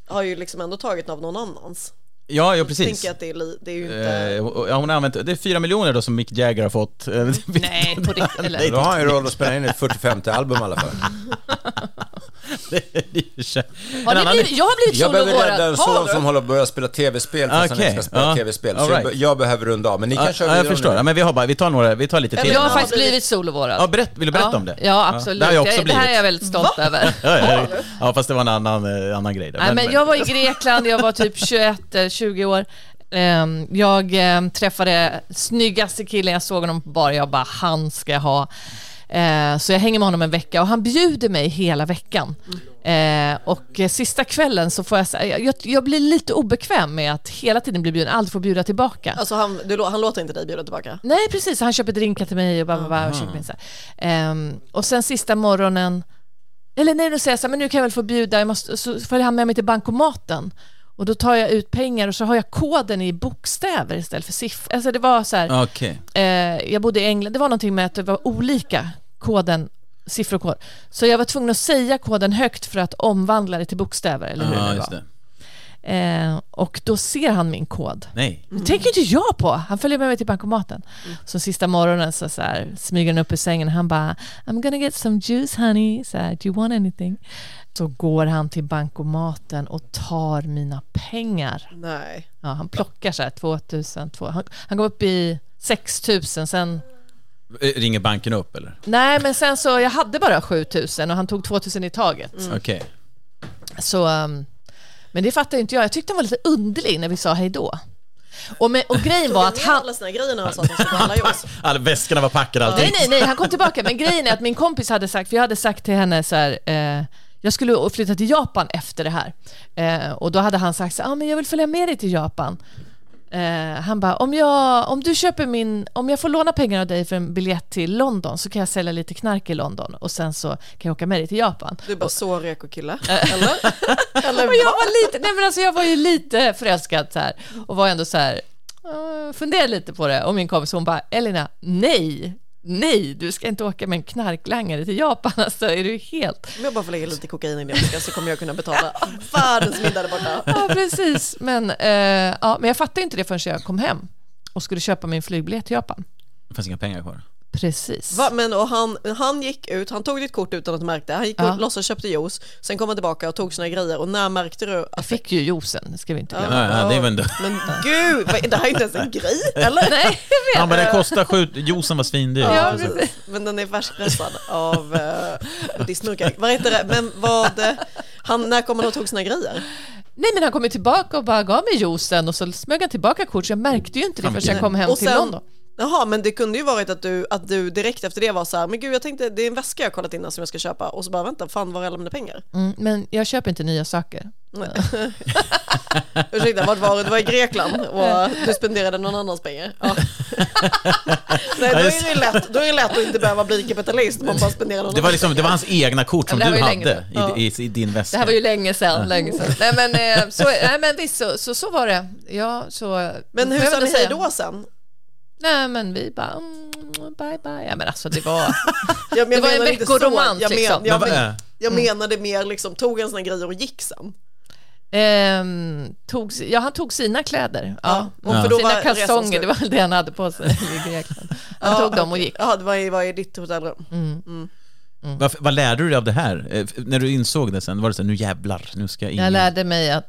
Speaker 1: har ju liksom ändå tagit av någon annans.
Speaker 3: Ja, ja
Speaker 1: Jag
Speaker 3: precis.
Speaker 1: tänker att det är, li- det är ju inte...
Speaker 3: Eh, och- och hon har använt, det är fyra miljoner då som Mick Jagger har fått. [LAUGHS]
Speaker 2: Nej, på riktigt. Eller?
Speaker 4: Då har han ju råd att spela in ett 45 album i alla fall.
Speaker 2: Har ni blivit, jag har blivit
Speaker 4: Jag behöver rädda en
Speaker 2: sologårad.
Speaker 4: son
Speaker 2: Har
Speaker 4: som
Speaker 2: du?
Speaker 4: håller på att börja spela tv-spel fast han
Speaker 3: Okej,
Speaker 4: inte ska spela
Speaker 3: ja.
Speaker 4: tv-spel. Så
Speaker 3: All
Speaker 4: jag,
Speaker 3: right.
Speaker 4: be- jag behöver runda av, men ni kan
Speaker 3: Ja,
Speaker 4: köra
Speaker 3: ja, jag
Speaker 4: vidare
Speaker 3: förstår.
Speaker 4: nu.
Speaker 3: Ja, men vi, har bara, vi tar några, vi tar lite till.
Speaker 2: Jag har
Speaker 1: har
Speaker 2: faktiskt
Speaker 1: blivit-
Speaker 2: blivit solovårad.
Speaker 3: Ja, berätt, vill du berätta
Speaker 2: ja,
Speaker 3: om det?
Speaker 2: Ja, absolut.
Speaker 3: Det har jag också
Speaker 2: det här är jag
Speaker 3: blivit.
Speaker 2: väldigt stolt
Speaker 3: [LAUGHS]
Speaker 2: över.
Speaker 3: Ja, ja, ja. ja, fast det var en annan, eh, annan grej. där.
Speaker 2: Nej, men jag var i Grekland, jag var typ 21, eh, 20 år. Ehm, Jag ehm, träffade snyggaste killen, jag såg honom på bar, jag bara han ska jag ha. Eh, Så jag hänger med honom en vecka och han bjuder mig hela veckan. Eh, Och eh, sista kvällen så får jag säga, jag, jag blir lite obekväm med att hela tiden bli bjuden, aldrig få bjuda tillbaka.
Speaker 1: Alltså han, du, lå- han låter inte dig bjuda tillbaka.
Speaker 2: Nej, precis. Han köper drinkar till mig och bara, bara, bara och köper in så här. Ehm, Och sen sista morgonen, eller nej, då säger jag så här, men nu kan jag väl få bjuda, jag måste, så följer han med mig till bankomaten. Och då tar jag ut pengar och så har jag koden i bokstäver istället för siffror. Alltså det var så här,
Speaker 3: Okej.
Speaker 2: eh, jag bodde i England, det var någonting med att det var olika koden, siffror och kod. Så jag var tvungen att säga koden högt för att omvandla det till bokstäver, eller hur
Speaker 3: Ja,
Speaker 2: det
Speaker 3: just
Speaker 2: var.
Speaker 3: det.
Speaker 2: Eh, och då ser han min kod.
Speaker 3: Nej.
Speaker 2: Det tänker inte jag på. Han följer med mig till bankomaten. Så sista morgonen så, så här, smyger han upp ur sängen och han bara I'm gonna get some juice honey, så här, do you want anything? Så går han till bankomaten och tar mina pengar.
Speaker 1: Nej.
Speaker 2: Ja, han plockar så här 2000, två- han, han går upp i 6000 sen
Speaker 3: Eh, Ringer banken upp eller?
Speaker 2: Nej men sen så, jag hade bara 7000 och han tog 2000 i taget.
Speaker 3: Okej.
Speaker 2: Så, um, men det fattar ju inte jag. Jag tyckte han var lite underlig när vi sa hej då. Och, med, och grejen var
Speaker 1: Han
Speaker 2: att
Speaker 1: med
Speaker 2: han...
Speaker 1: alla sina grejer när han sa att han skulle handla i oss.
Speaker 3: Alla väskorna var packade allting.
Speaker 2: Nej, nej, nej, han kom tillbaka. Men grejen är att min kompis hade sagt, för jag hade sagt till henne så här, eh, jag skulle flytta till Japan efter det här. Eh, och då hade han sagt så här, ah, men jag vill följa med dig till Japan. Eh, han bara, om jag, om du köper min, om jag får låna pengar av dig för en biljett till London så kan jag sälja lite knark i London och sen så kan jag åka med dig till Japan.
Speaker 1: Du är bara så reko kille, eller? eller
Speaker 2: Och jag var lite, nej men alltså jag var ju lite förälskad så här och var ändå så här, eh, funderade lite på det och min kompis hon bara, Elina, nej, nej, du ska inte åka med en knarklangare till Japan, [LAUGHS] alltså är du helt...
Speaker 1: Om jag bara får lägga lite kokain i din väska så kommer jag kunna betala världens middag där borta.
Speaker 2: Ja, precis, men, eh, ja, men jag fattade ju inte det förrän jag kom hem och skulle köpa min flygbiljett till Japan.
Speaker 3: Det fanns inga pengar kvar.
Speaker 2: Precis.
Speaker 1: Va? Men och han, han gick ut, han tog ditt kort utan att du märkte, han gick ut, låtsas köpte juice, sen kom han tillbaka och tog sina grejer och när märkte du
Speaker 2: Jag
Speaker 1: att...
Speaker 2: fick ju juicen, ska vi inte glömma. [LAUGHS]
Speaker 3: Ja, ja, det var ändå...
Speaker 1: Men gud, vad- det här är inte ens en grej, eller?
Speaker 2: Nej, jag
Speaker 3: Ja,
Speaker 2: vet.
Speaker 3: men den kostar sju... Juicen var svindyr. Alltså,
Speaker 2: Ja,
Speaker 3: precis.
Speaker 2: precis.
Speaker 1: Men den är färskpressad av eh, discmurkar. Vad heter det? Men vad... eh, Han, när kom han och tog sina grejer?
Speaker 2: Nej, men han kom ju tillbaka och bara gav mig juicen och så smög han tillbaka kort, så jag märkte ju inte det förrän jag kom hem
Speaker 1: Och
Speaker 2: till London.
Speaker 1: Jaha, men det kunde ju varit att du, att du direkt efter det var så här, men gud jag tänkte det är en väska jag har kollat innan som jag ska köpa och så bara vänta, fan var är alla mina pengar?
Speaker 2: Mm, men jag köper inte nya saker.
Speaker 1: Ursäkta, vart var du? Du var i Grekland och du spenderade någon annans pengar. Ja. [LAUGHS] Nej, då är det ju lätt, då är det lätt att inte behöva bli kapitalist, man bara spenderar någon
Speaker 3: Det var,
Speaker 1: annans
Speaker 3: liksom, det var hans egna kort som
Speaker 2: Ja, men det
Speaker 3: du
Speaker 2: här var ju
Speaker 3: hade i, i, i din
Speaker 2: Det
Speaker 3: väska.
Speaker 2: här var ju länge sedan. Länge sedan. Nej, men, eh, så, nej, men visst, så, så, så var det. Ja, så,
Speaker 1: Men hur
Speaker 2: behöver
Speaker 1: sa
Speaker 2: jag
Speaker 1: ni
Speaker 2: inte
Speaker 1: hej
Speaker 2: säga.
Speaker 1: då sen?
Speaker 2: Nej, men vi bara, mm, bye, bye. Ja, men alltså det var... [LAUGHS]
Speaker 1: Jag men-
Speaker 2: Det var en
Speaker 1: menar inte så.
Speaker 2: veckoromans,
Speaker 1: Jag men-
Speaker 2: liksom.
Speaker 1: jag
Speaker 3: Men vad
Speaker 1: men-
Speaker 3: är-
Speaker 1: Jag menade mer liksom, tog han sina grejer och gick sen?
Speaker 2: ehm, tog, ja, han tog sina kläder. Ja,
Speaker 1: och för då
Speaker 2: sina
Speaker 1: var resan
Speaker 2: kalsonger,
Speaker 1: slut.
Speaker 2: det var väl det han hade på sig i Grekland. Han tog dem och gick. Mm.
Speaker 1: Ja, det var i, var i ditt hotellrum.
Speaker 3: eh, Vad, vad lärde du dig av det här? Eh, f- När du insåg det sen, var det så här, nu jävlar, nu ska jag in.
Speaker 2: Jag lärde mig att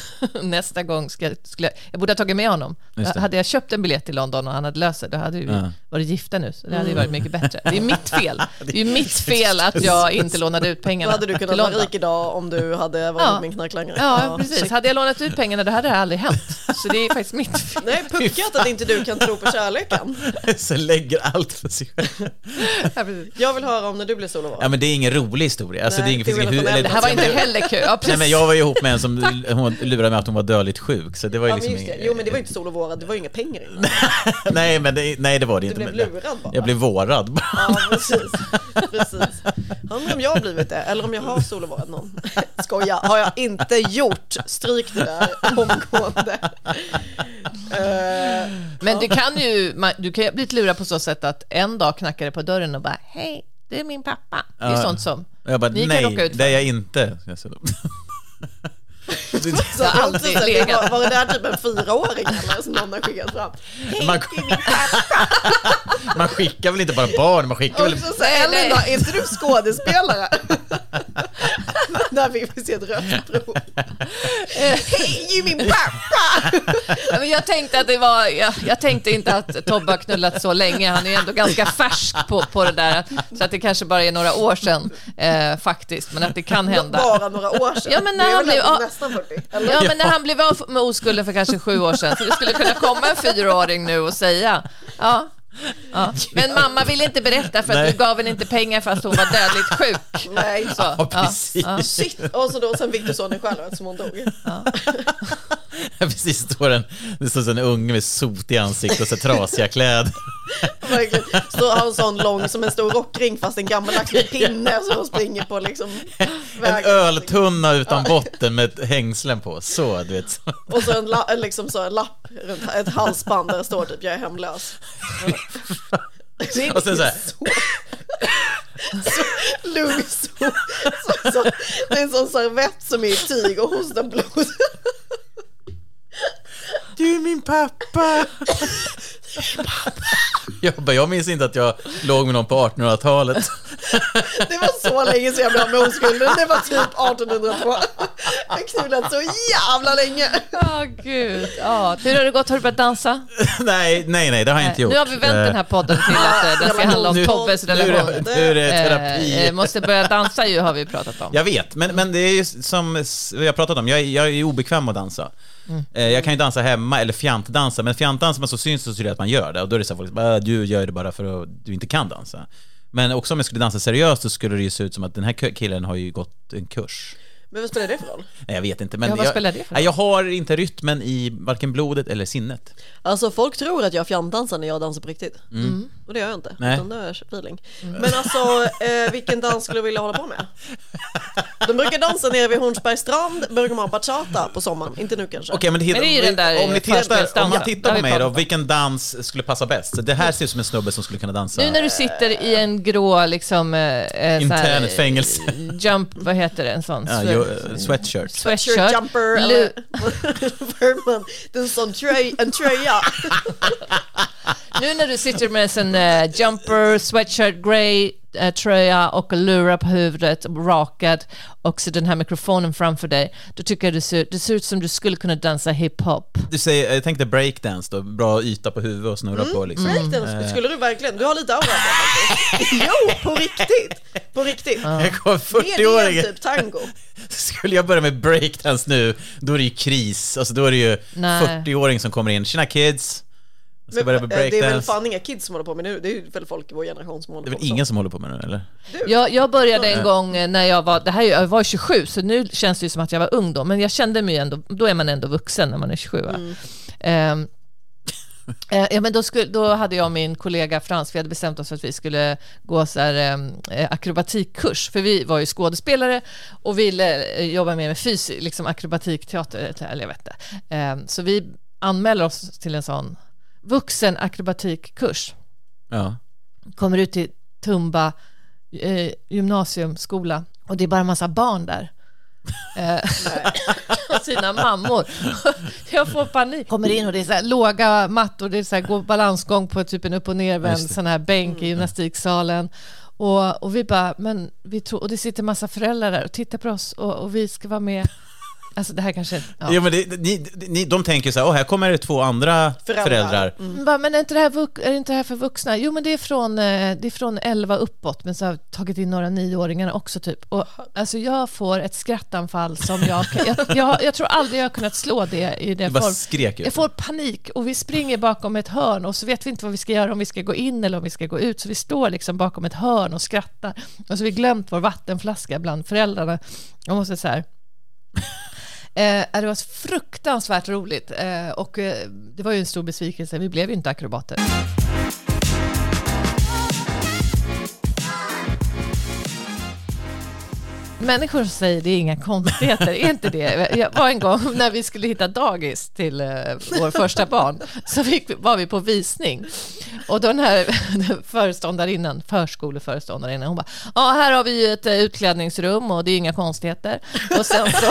Speaker 2: [LAUGHS] nästa gång ska, skulle jag, jag borde ha tagit med honom.
Speaker 3: Just det.
Speaker 2: Hade jag köpt en biljett till London och han hade löst det, då hade vi varit gifta nu. Så det hade ju varit mycket bättre. Det
Speaker 3: [LAUGHS]
Speaker 2: är mitt fel. Det är ju mitt fel att jag inte lånade ut
Speaker 1: Då
Speaker 2: pengarna
Speaker 1: hade du
Speaker 2: till
Speaker 1: kunnat
Speaker 2: London.
Speaker 1: vara rik idag om du hade varit
Speaker 2: Ja.
Speaker 1: med en knarklangare.
Speaker 2: Ja, precis. Hade jag lånat ut pengarna, då hade det aldrig hänt. Så det är faktiskt
Speaker 1: [LAUGHS]
Speaker 2: mitt fel.
Speaker 1: Nej, puckat att inte du kan tro på kärleken.
Speaker 3: [LAUGHS] Så lägger allt för sig själv.
Speaker 2: Ja, precis.
Speaker 1: Jag vill höra om när du blir solo.
Speaker 3: Ja men det är ingen rolig historia. Alltså,
Speaker 1: Nej,
Speaker 3: det är ingen,
Speaker 1: det är
Speaker 3: finns ingen
Speaker 1: väl att
Speaker 3: hu-
Speaker 1: de äldre-
Speaker 2: Det här var inte heller kul. Ja, precis.
Speaker 3: Nej
Speaker 1: [LAUGHS]
Speaker 3: men jag var ju ihop med en som hon lurade med att hon var dödligt sjuk, så det var ju
Speaker 1: Ja, men
Speaker 3: liksom
Speaker 1: just det.
Speaker 3: ingen-
Speaker 1: Jo men det var ju inte sol och vårad, det var ju inga pengar innan.
Speaker 3: nej, men det, nej, det var det
Speaker 1: Du
Speaker 3: inte.
Speaker 1: blev
Speaker 3: men-
Speaker 1: lurad bara.
Speaker 3: Jag blev vårad.
Speaker 1: Ja precis. precis. Undrar om jag har blivit det, eller om jag har sol och vårad någon. [LAUGHS] Skoja, har jag inte gjort. Stryk det där omgående. Eh,
Speaker 2: Men du kan ju man- du kan ju bli lurad på så sätt att en dag knackar det på dörren och bara hej, det är min pappa. Det är
Speaker 3: Ja.
Speaker 2: sånt som
Speaker 3: Och jag bara,
Speaker 2: ni kan råka
Speaker 3: nej,
Speaker 2: ut
Speaker 3: det är
Speaker 2: för.
Speaker 3: jag inte. Jag sa då.
Speaker 1: så att jag
Speaker 2: aldrig
Speaker 1: också så här, det
Speaker 2: legat.
Speaker 1: var, var det där typ en fyraåring eller som någon har skickat fram?
Speaker 3: Man, man skickar väl inte bara barn, man skickar väl...
Speaker 1: Och så säger
Speaker 2: Nej,
Speaker 1: Elin då,
Speaker 2: nej.
Speaker 1: är inte du [LAUGHS] skådespelare? där fick vi se ett röstprov. Hej, det är min pappa!
Speaker 2: Ja, men jag tänkte att det var, jag, jag tänkte inte att Tobbe har knullat så länge, han är ju ändå ganska färsk på, på det där, så att det kanske bara är några år sedan eh, faktiskt, men att det kan hända.
Speaker 1: Bara några år sedan.
Speaker 2: Ja, men när
Speaker 1: Det är
Speaker 2: han
Speaker 1: väl
Speaker 2: blev-
Speaker 1: ändå
Speaker 2: ja.
Speaker 1: nästan 40. Eller?
Speaker 2: Ja, men när han blev av med oskulden för kanske sju år sedan, så det skulle kunna komma en fyraåring nu och säga, ja, ja. men mamma ville inte berätta för att
Speaker 3: Nej.
Speaker 2: du gav henne inte pengar fast hon var dödligt sjuk.
Speaker 1: Nej, så.
Speaker 2: Så,
Speaker 3: Ja, precis.
Speaker 1: Shit! Och så då, sen fick du sonen själv som hon dog.
Speaker 3: [LAUGHS] precis står en, det står så en unge med sot i ansiktet och så trasiga kläder.
Speaker 1: Verkligen. Så har en sån lång som en stor rockring fast en gammaldags med pinne som hon springer på liksom
Speaker 3: En
Speaker 1: vägen.
Speaker 3: öltunna utan botten med ett hängslen på. Så, du vet.
Speaker 1: Och så en, la, en liksom så en lapp runt ett halsband där det står typ jag är hemlös.
Speaker 3: Och sen så här,
Speaker 1: Lugn så, så, så, Det är en sån servett som är i tyg och hostar blod.
Speaker 3: Du är min pappa! Jag, bara, jag minns inte att jag låg med någon på 1800-talet.
Speaker 1: Det var så länge sedan jag blev av med oskulden. Det var typ 1802. Jag har knullat så jävla länge.
Speaker 2: ja gud. Ja. Hur har det gått? Har du börjat dansa?
Speaker 3: [LAUGHS] Nej, nej, nej, det har jag inte gjort.
Speaker 2: Nu har vi vänt den här podden till att eh, den ska handla om
Speaker 3: Nu-
Speaker 2: Tobbes
Speaker 3: nu är det-
Speaker 2: relation.
Speaker 3: Nu är det terapi.
Speaker 2: Eh, eh, måste börja dansa ju har vi pratat om.
Speaker 3: Jag vet, men, men det är ju som s- vi har pratat om, jag, är- jag är ju obekväm att dansa.
Speaker 2: Mm.
Speaker 3: Eh, Jag kan ju dansa hemma eller fjantdansa, men fjantdansar man så syns det så är det att man gör det. Och då är det så här folk som bara, "Äh, du gör det bara för att du inte kan dansa. Men också om jag skulle dansa seriöst så skulle det ju se ut som att den här k- killen har ju gått en kurs.
Speaker 1: Men vad spelar det för roll?
Speaker 3: Nej, jag vet inte. Men
Speaker 2: Ja, vad
Speaker 3: jag,
Speaker 2: spelar det för
Speaker 3: nej, jag har inte rytmen i varken blodet eller sinnet.
Speaker 1: Alltså folk tror att jag fjantdansar när jag dansar på riktigt. Och det gör jag inte.
Speaker 3: Mm. Nej.
Speaker 1: Utan det är feeling. Men alltså eh, vilken dans skulle du vilja hålla på med? De brukar dansa nere vid Hornsbergs strand, brukar de ha bachata på sommaren. Inte nu kanske. [LAUGHS]
Speaker 3: Okej, men, det,
Speaker 2: Men det är ju den där
Speaker 3: om ni tittar, om
Speaker 2: förspelsdansen.
Speaker 3: man tittar på
Speaker 2: Ja, vi
Speaker 3: mig då,
Speaker 2: pratar om.
Speaker 3: vilken dans skulle passa bäst? Så Det här ser ut som en snubbe som skulle kunna dansa.
Speaker 2: Nu när du sitter i en grå liksom... eh, eh, så här,
Speaker 3: Internet fängelse.
Speaker 2: eh, Jump, vad heter det? En sån?
Speaker 3: ja,
Speaker 2: sweat-
Speaker 3: jo, eh, sweatshirt.
Speaker 2: sweatshirt.
Speaker 1: Shirt, jumper
Speaker 2: Lu-
Speaker 1: eller Vermont. Det är en sån tröj, en tröja.
Speaker 2: Nu när du sitter med en sån eh, jumper, sweatshirt, grey eh, tröja och lurar på huvudet, rakad och så den här mikrofonen framför dig, då tycker jag du ser, det ser ut som du skulle kunna dansa hiphop.
Speaker 3: Du säger, jag tänkte breakdance då, bra yta på huvudet och snurra
Speaker 2: Mm.
Speaker 3: på liksom.
Speaker 1: Breakdance, skulle du verkligen? Du har lite aura på det faktiskt. Jo, på riktigt. På
Speaker 3: [LAUGHS]
Speaker 1: riktigt.
Speaker 3: Jag kom
Speaker 1: Mer det än
Speaker 3: 40-åring,
Speaker 1: typ tango.
Speaker 3: skulle jag börja med breakdance nu, då är det ju kris. Alltså då är det ju
Speaker 2: Nej.
Speaker 3: 40-åring som kommer in, tjena kids, jag ska
Speaker 1: Men,
Speaker 3: börja med
Speaker 1: eh, det är väl
Speaker 3: breakdance.
Speaker 1: fan inga kids som håller på med nu. Det är ju väl folk i vår generation som håller
Speaker 3: Det är
Speaker 1: på
Speaker 3: väl
Speaker 1: med sånt.
Speaker 3: ingen som håller på med det eller?
Speaker 2: Jag, jag började en gång eh, när jag var, det här, är- jag var 27, så nu känns det ju som att jag var ung då, men jag kände mig ju ändå, då är man ändå vuxen när man är 27. va? Ehm, [LAUGHS] eh, ja, men då, skulle, då hade jag och min kollega Frans, vi hade bestämt oss för att vi skulle gå så här, ehm, eh, akrobatikkurs, för vi var ju skådespelare och ville eh, jobba mer med fys, liksom akrobatikteater, eh, eller jag vet inte. Ehm, så vi anmäler oss till en sån vuxen akrobatikkurs
Speaker 3: Ja.
Speaker 2: kommer ut till Tumba eh, gymnasiumskola och det är bara en massa barn [LAUGHS] där. Eh, och [LAUGHS] sina mammor. [LAUGHS] Jag får panik. Kommer in och det är så här låga mattor, det är så här, går balansgång på typ en upp och nervänd sån här bänk i gymnastiksalen. Och, och vi bara, men vi tror, och det sitter massa föräldrar där och tittar på oss och, och vi ska vara [LAUGHS] med. Alltså det här kanske... Ja.
Speaker 3: Jo, men det, ni, ni, de tänker så här, åh här kommer det två andra föräldrar.
Speaker 1: Föräldrar.
Speaker 2: Mm. Bara, men är inte, det här vux- är inte det här för vuxna? Jo, men det är från, eh, det är från 11 uppåt, men så har jag tagit in några nioåringar också typ. Och, alltså, jag får ett skrattanfall som jag, jag, jag... Jag tror aldrig jag har kunnat slå det i den
Speaker 3: Du bara
Speaker 2: form.
Speaker 3: skrek ut.
Speaker 2: Jag får panik och vi springer bakom ett hörn och så vet vi inte vad vi ska göra, om vi ska gå in eller om vi ska gå ut. Så vi står liksom bakom ett hörn och skrattar. Och så har vi glömt vår vattenflaska bland föräldrarna. Jag måste så här... Eh, det var fruktansvärt roligt eh, och eh, det var ju en stor besvikelse. Vi blev ju inte akrobater. Människor säger det är inga konstigheter, är inte det? Jag var en gång när vi skulle hitta dagis till eh, vår första barn så fick, vi- var vi på visning och den här [LAUGHS] föreståndarinnan, förskoleföreståndarinnan, hon bara ja här har vi ju ett eh, utklädningsrum och det är inga konstigheter och sen så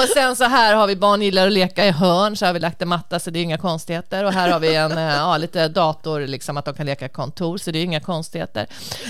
Speaker 2: och sen så här har vi barn gillar att leka i hörn, så har vi lagt en matta så det är inga konstigheter. Och här har vi en, eh, ja, lite dator, liksom att de kan leka kontor, så det är inga konstigheter.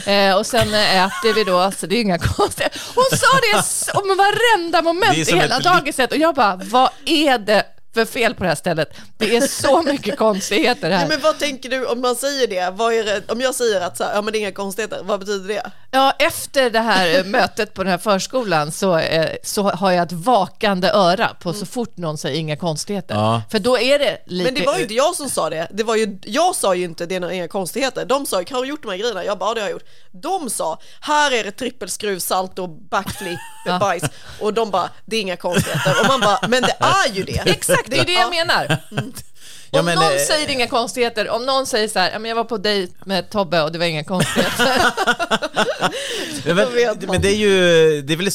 Speaker 2: Eh, och sen eh, äter vi då, så det är inga konstigheter. Hon sa det s- om varenda
Speaker 3: Det är
Speaker 2: moment i
Speaker 3: som
Speaker 2: hela
Speaker 3: ett
Speaker 2: dagiset och jag bara, vad är det för fel på det här stället? Det är så mycket konstigheter
Speaker 1: Nej,
Speaker 2: här.
Speaker 1: men vad tänker du om man säger det? Vad är det om jag säger att så här, ja, men det är inga konstigheter, vad betyder det?
Speaker 2: Ja, efter det här eh, mötet på den här förskolan så, eh, så har jag ett vakande öra på så fort någon säger inga konstigheter.
Speaker 3: Ja.
Speaker 2: För då är det lite...
Speaker 1: Men det var ju inte jag som sa det. det var ju, jag sa ju inte det är några- inga konstigheter. De sa ju, har du gjort de här grejerna? Jag bara, ja, det har jag gjort. De sa, här är det trippelskruv, salt och
Speaker 3: [LAUGHS]
Speaker 1: backflip, bajs. Och de bara, det är inga konstigheter. Och man bara, men det är ju
Speaker 3: [LAUGHS]
Speaker 1: det.
Speaker 2: Exakt, det är ju det jag menar.
Speaker 3: Ja,
Speaker 2: om
Speaker 3: men,
Speaker 2: någon
Speaker 3: eh,
Speaker 2: säger inga konstigheter, om någon säger så här, "Ja, men jag var på dejt med Tobbe och det var inga konstigheter.
Speaker 3: Ja,
Speaker 1: Då vet
Speaker 3: Men,
Speaker 1: man.
Speaker 3: men det är ju, det, är väl,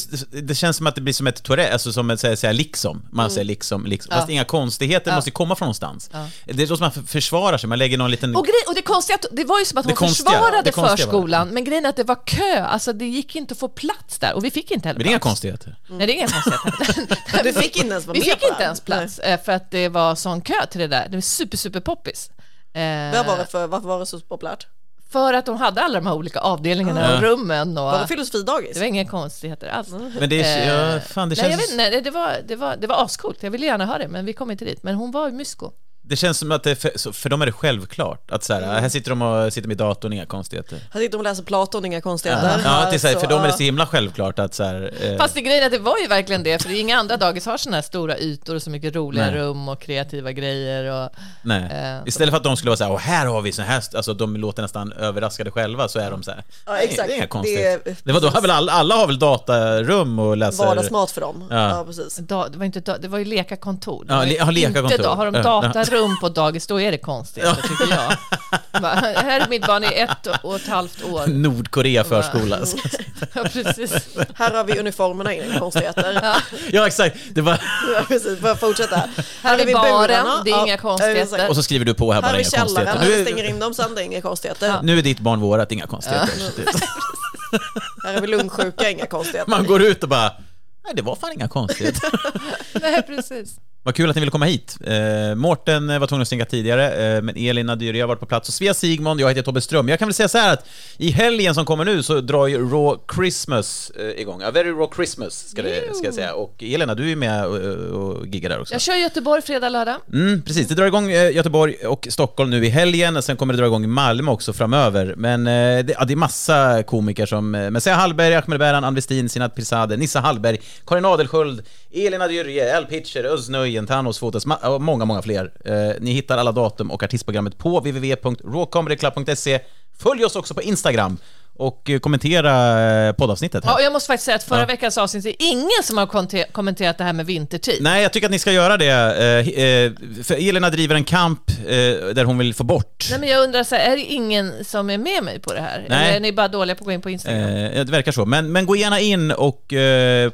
Speaker 3: det känns som att det blir som ett Tourette, alltså som att säga, säga liksom. Man
Speaker 2: Mm.
Speaker 3: säger liksom, liksom. Fast inga konstigheter måste ju komma från någonstans. Det är så som man f- försvarar sig, man lägger någon liten...
Speaker 2: och, grej, och det konstiga, att- det var ju som att
Speaker 3: Det
Speaker 2: hon
Speaker 3: konstiga,
Speaker 2: försvarade
Speaker 3: det konstiga var det.
Speaker 2: förskolan, men grejen är att det var kö, alltså det gick inte att få plats där och vi fick inte heller
Speaker 3: men det är inga
Speaker 2: plats.
Speaker 3: konstigheter.
Speaker 2: Nej, det är inga [LAUGHS] konstigheter.
Speaker 1: Du fick inte ens vara
Speaker 2: vi
Speaker 1: med
Speaker 2: fick
Speaker 1: på
Speaker 2: inte
Speaker 1: den.
Speaker 2: ens plats eh, för att det var sån kö till det där. Det var super, super poppis.
Speaker 1: Vad var
Speaker 2: Eh,
Speaker 1: det för, varför var det så populärt?
Speaker 2: för att de hade alla de här olika avdelningarna och rummen och...
Speaker 1: Var det filosofidagis?
Speaker 2: Det var Mm. inga konstigheter alls.
Speaker 3: Men det är, ja,
Speaker 2: Eh,
Speaker 3: fan det
Speaker 2: nej, jag
Speaker 3: känns...
Speaker 2: vet inte, det var, det var, det var ascoolt. Jag ville gärna ha det, men vi kom inte dit. Men hon var ju mysko.
Speaker 3: Det känns som att det, för, så- för dem är det självklart att så här,
Speaker 2: Mm.
Speaker 3: här sitter de och sitter med datorn, inga konstigheter.
Speaker 1: Här sitter de och läser Platon, inga konstigheter.
Speaker 3: Ja, ja, det är så här,
Speaker 1: Alltså,
Speaker 3: för dem är det
Speaker 1: ja.
Speaker 3: så himla självklart att så här, eh,
Speaker 2: Fast det grejen är att det var ju verkligen det, för det är inga andra dagis har sådana här stora ytor och så mycket roliga
Speaker 3: Nej.
Speaker 2: rum och kreativa grejer. Och,
Speaker 3: nej.
Speaker 2: eh,
Speaker 3: Istället för att de skulle vara så här, "Åh, här har vi så här, alltså de låter nästan överraskade själva, så är de så här,
Speaker 1: Ja,
Speaker 3: "Nej,
Speaker 1: exakt.
Speaker 3: det är inga
Speaker 1: Det
Speaker 3: konstigheter.
Speaker 1: är-
Speaker 3: Det, var då, väl alla, alla har väl datarum och läser...
Speaker 1: Vardagsmat för dem.
Speaker 3: Ja.
Speaker 1: Ja, precis.
Speaker 2: da, det, var inte, da, det var ju lekakontor. Det
Speaker 3: Ja,
Speaker 2: var ju
Speaker 3: le- har lekakontor.
Speaker 2: Inte, da- har de
Speaker 3: Ja.
Speaker 2: datarum på dagis, då är det konstigt, tycker jag. Bara, här är mitt barn i ett och ett halvt år.
Speaker 3: Nordkorea förskola. [LAUGHS]
Speaker 2: Ja, precis.
Speaker 1: Här har vi uniformerna,
Speaker 3: [LAUGHS]
Speaker 1: inga konstigheter.
Speaker 3: ja, exakt. Det var...
Speaker 1: Ja, precis, bara fortsätta. Här,
Speaker 2: Här är
Speaker 1: har
Speaker 2: baren,
Speaker 1: burarna.
Speaker 2: det är
Speaker 1: Ja,
Speaker 2: inga konstigheter.
Speaker 1: exakt.
Speaker 3: Och så skriver du på här,
Speaker 1: Här
Speaker 3: bara
Speaker 1: har vi
Speaker 3: inga
Speaker 1: källaren,
Speaker 3: konstigheter.
Speaker 1: här
Speaker 3: Nu
Speaker 1: vi
Speaker 3: är,
Speaker 1: stänger in dem sen, det är inga konstigheter.
Speaker 3: nu är ditt barn vårat, inga konstigheter. Så det-
Speaker 1: Här har vi lungsjuka, inga konstigheter.
Speaker 3: Man går ut och bara, nej det var fan inga konstigheter.
Speaker 2: Nej, precis.
Speaker 3: Vad kul att ni ville komma hit. Eh, Mårten eh, var tvungen att stänga tidigare, eh, men Elin Adyri har varit på plats och Svea Sigmund, jag heter Tobbe Ström. Jag kan väl säga så här att i helgen som kommer nu så drar ju Raw Christmas eh, igång. A very Raw Christmas ska, det, ska jag säga. Och Elina, du är med och, och giggar där också.
Speaker 2: Jag kör Göteborg fredag, lördag.
Speaker 3: Mm, precis, det drar igång eh, Göteborg och Stockholm nu i helgen, och sen kommer det dra igång i Malmö också framöver. Men eh, det, ja, det är massa komiker som... eh, Messiah Hallberg, Ahmed Beran, Ann Westin, Sinat Pirzadeh, Nissa Hallberg, Karin Adelsköld, Elin Adyrje, Al Pitcher, Özz Nöjen, Thanos Fotas ma- och många, många fler. Eh, ni hittar alla datum och artistprogrammet på www.rawcomedyclub.se. Följ oss också på Instagram och eh, kommentera eh, poddavsnittet. Här.
Speaker 2: Ja, och jag måste faktiskt säga att förra veckans avsnitt är ingen som har konte- kommenterat det här med vintertid.
Speaker 3: Nej, jag tycker att ni ska göra det. Eh, eh, för Elina driver en kamp eh, där hon vill få bort
Speaker 2: Nej, men jag undrar så här, är det ingen som är med mig på det här?
Speaker 3: Nej.
Speaker 2: Eller är ni bara dåliga på att gå in på Instagram?
Speaker 3: Eh, det verkar så. Men, men gå gärna in och eh, eh,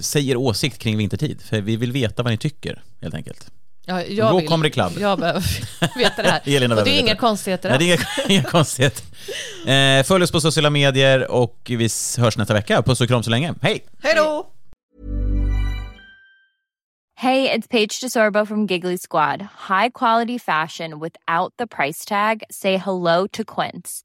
Speaker 3: säg er åsikt kring vintertid, för vi vill veta vad ni tycker, helt enkelt.
Speaker 2: Ja, jag
Speaker 3: Raw
Speaker 2: vill-
Speaker 3: Comedy Club.
Speaker 2: Jag behöver [LAUGHS]
Speaker 3: [LAUGHS]
Speaker 2: veta det här.
Speaker 3: Elina
Speaker 2: och det
Speaker 3: behöver
Speaker 2: är inga
Speaker 3: veta.
Speaker 2: konstigheter
Speaker 3: Nej, det
Speaker 2: alls.
Speaker 3: är inga, [LAUGHS] inga konstigheter. Eh, följ oss på sociala medier och vi s- hörs nästa vecka. Puss och kram så länge. Hej!
Speaker 1: Hej då!
Speaker 6: Hey, it's Paige DeSorbo from Giggly Squad. High quality fashion without the price tag. Say hello to Quince.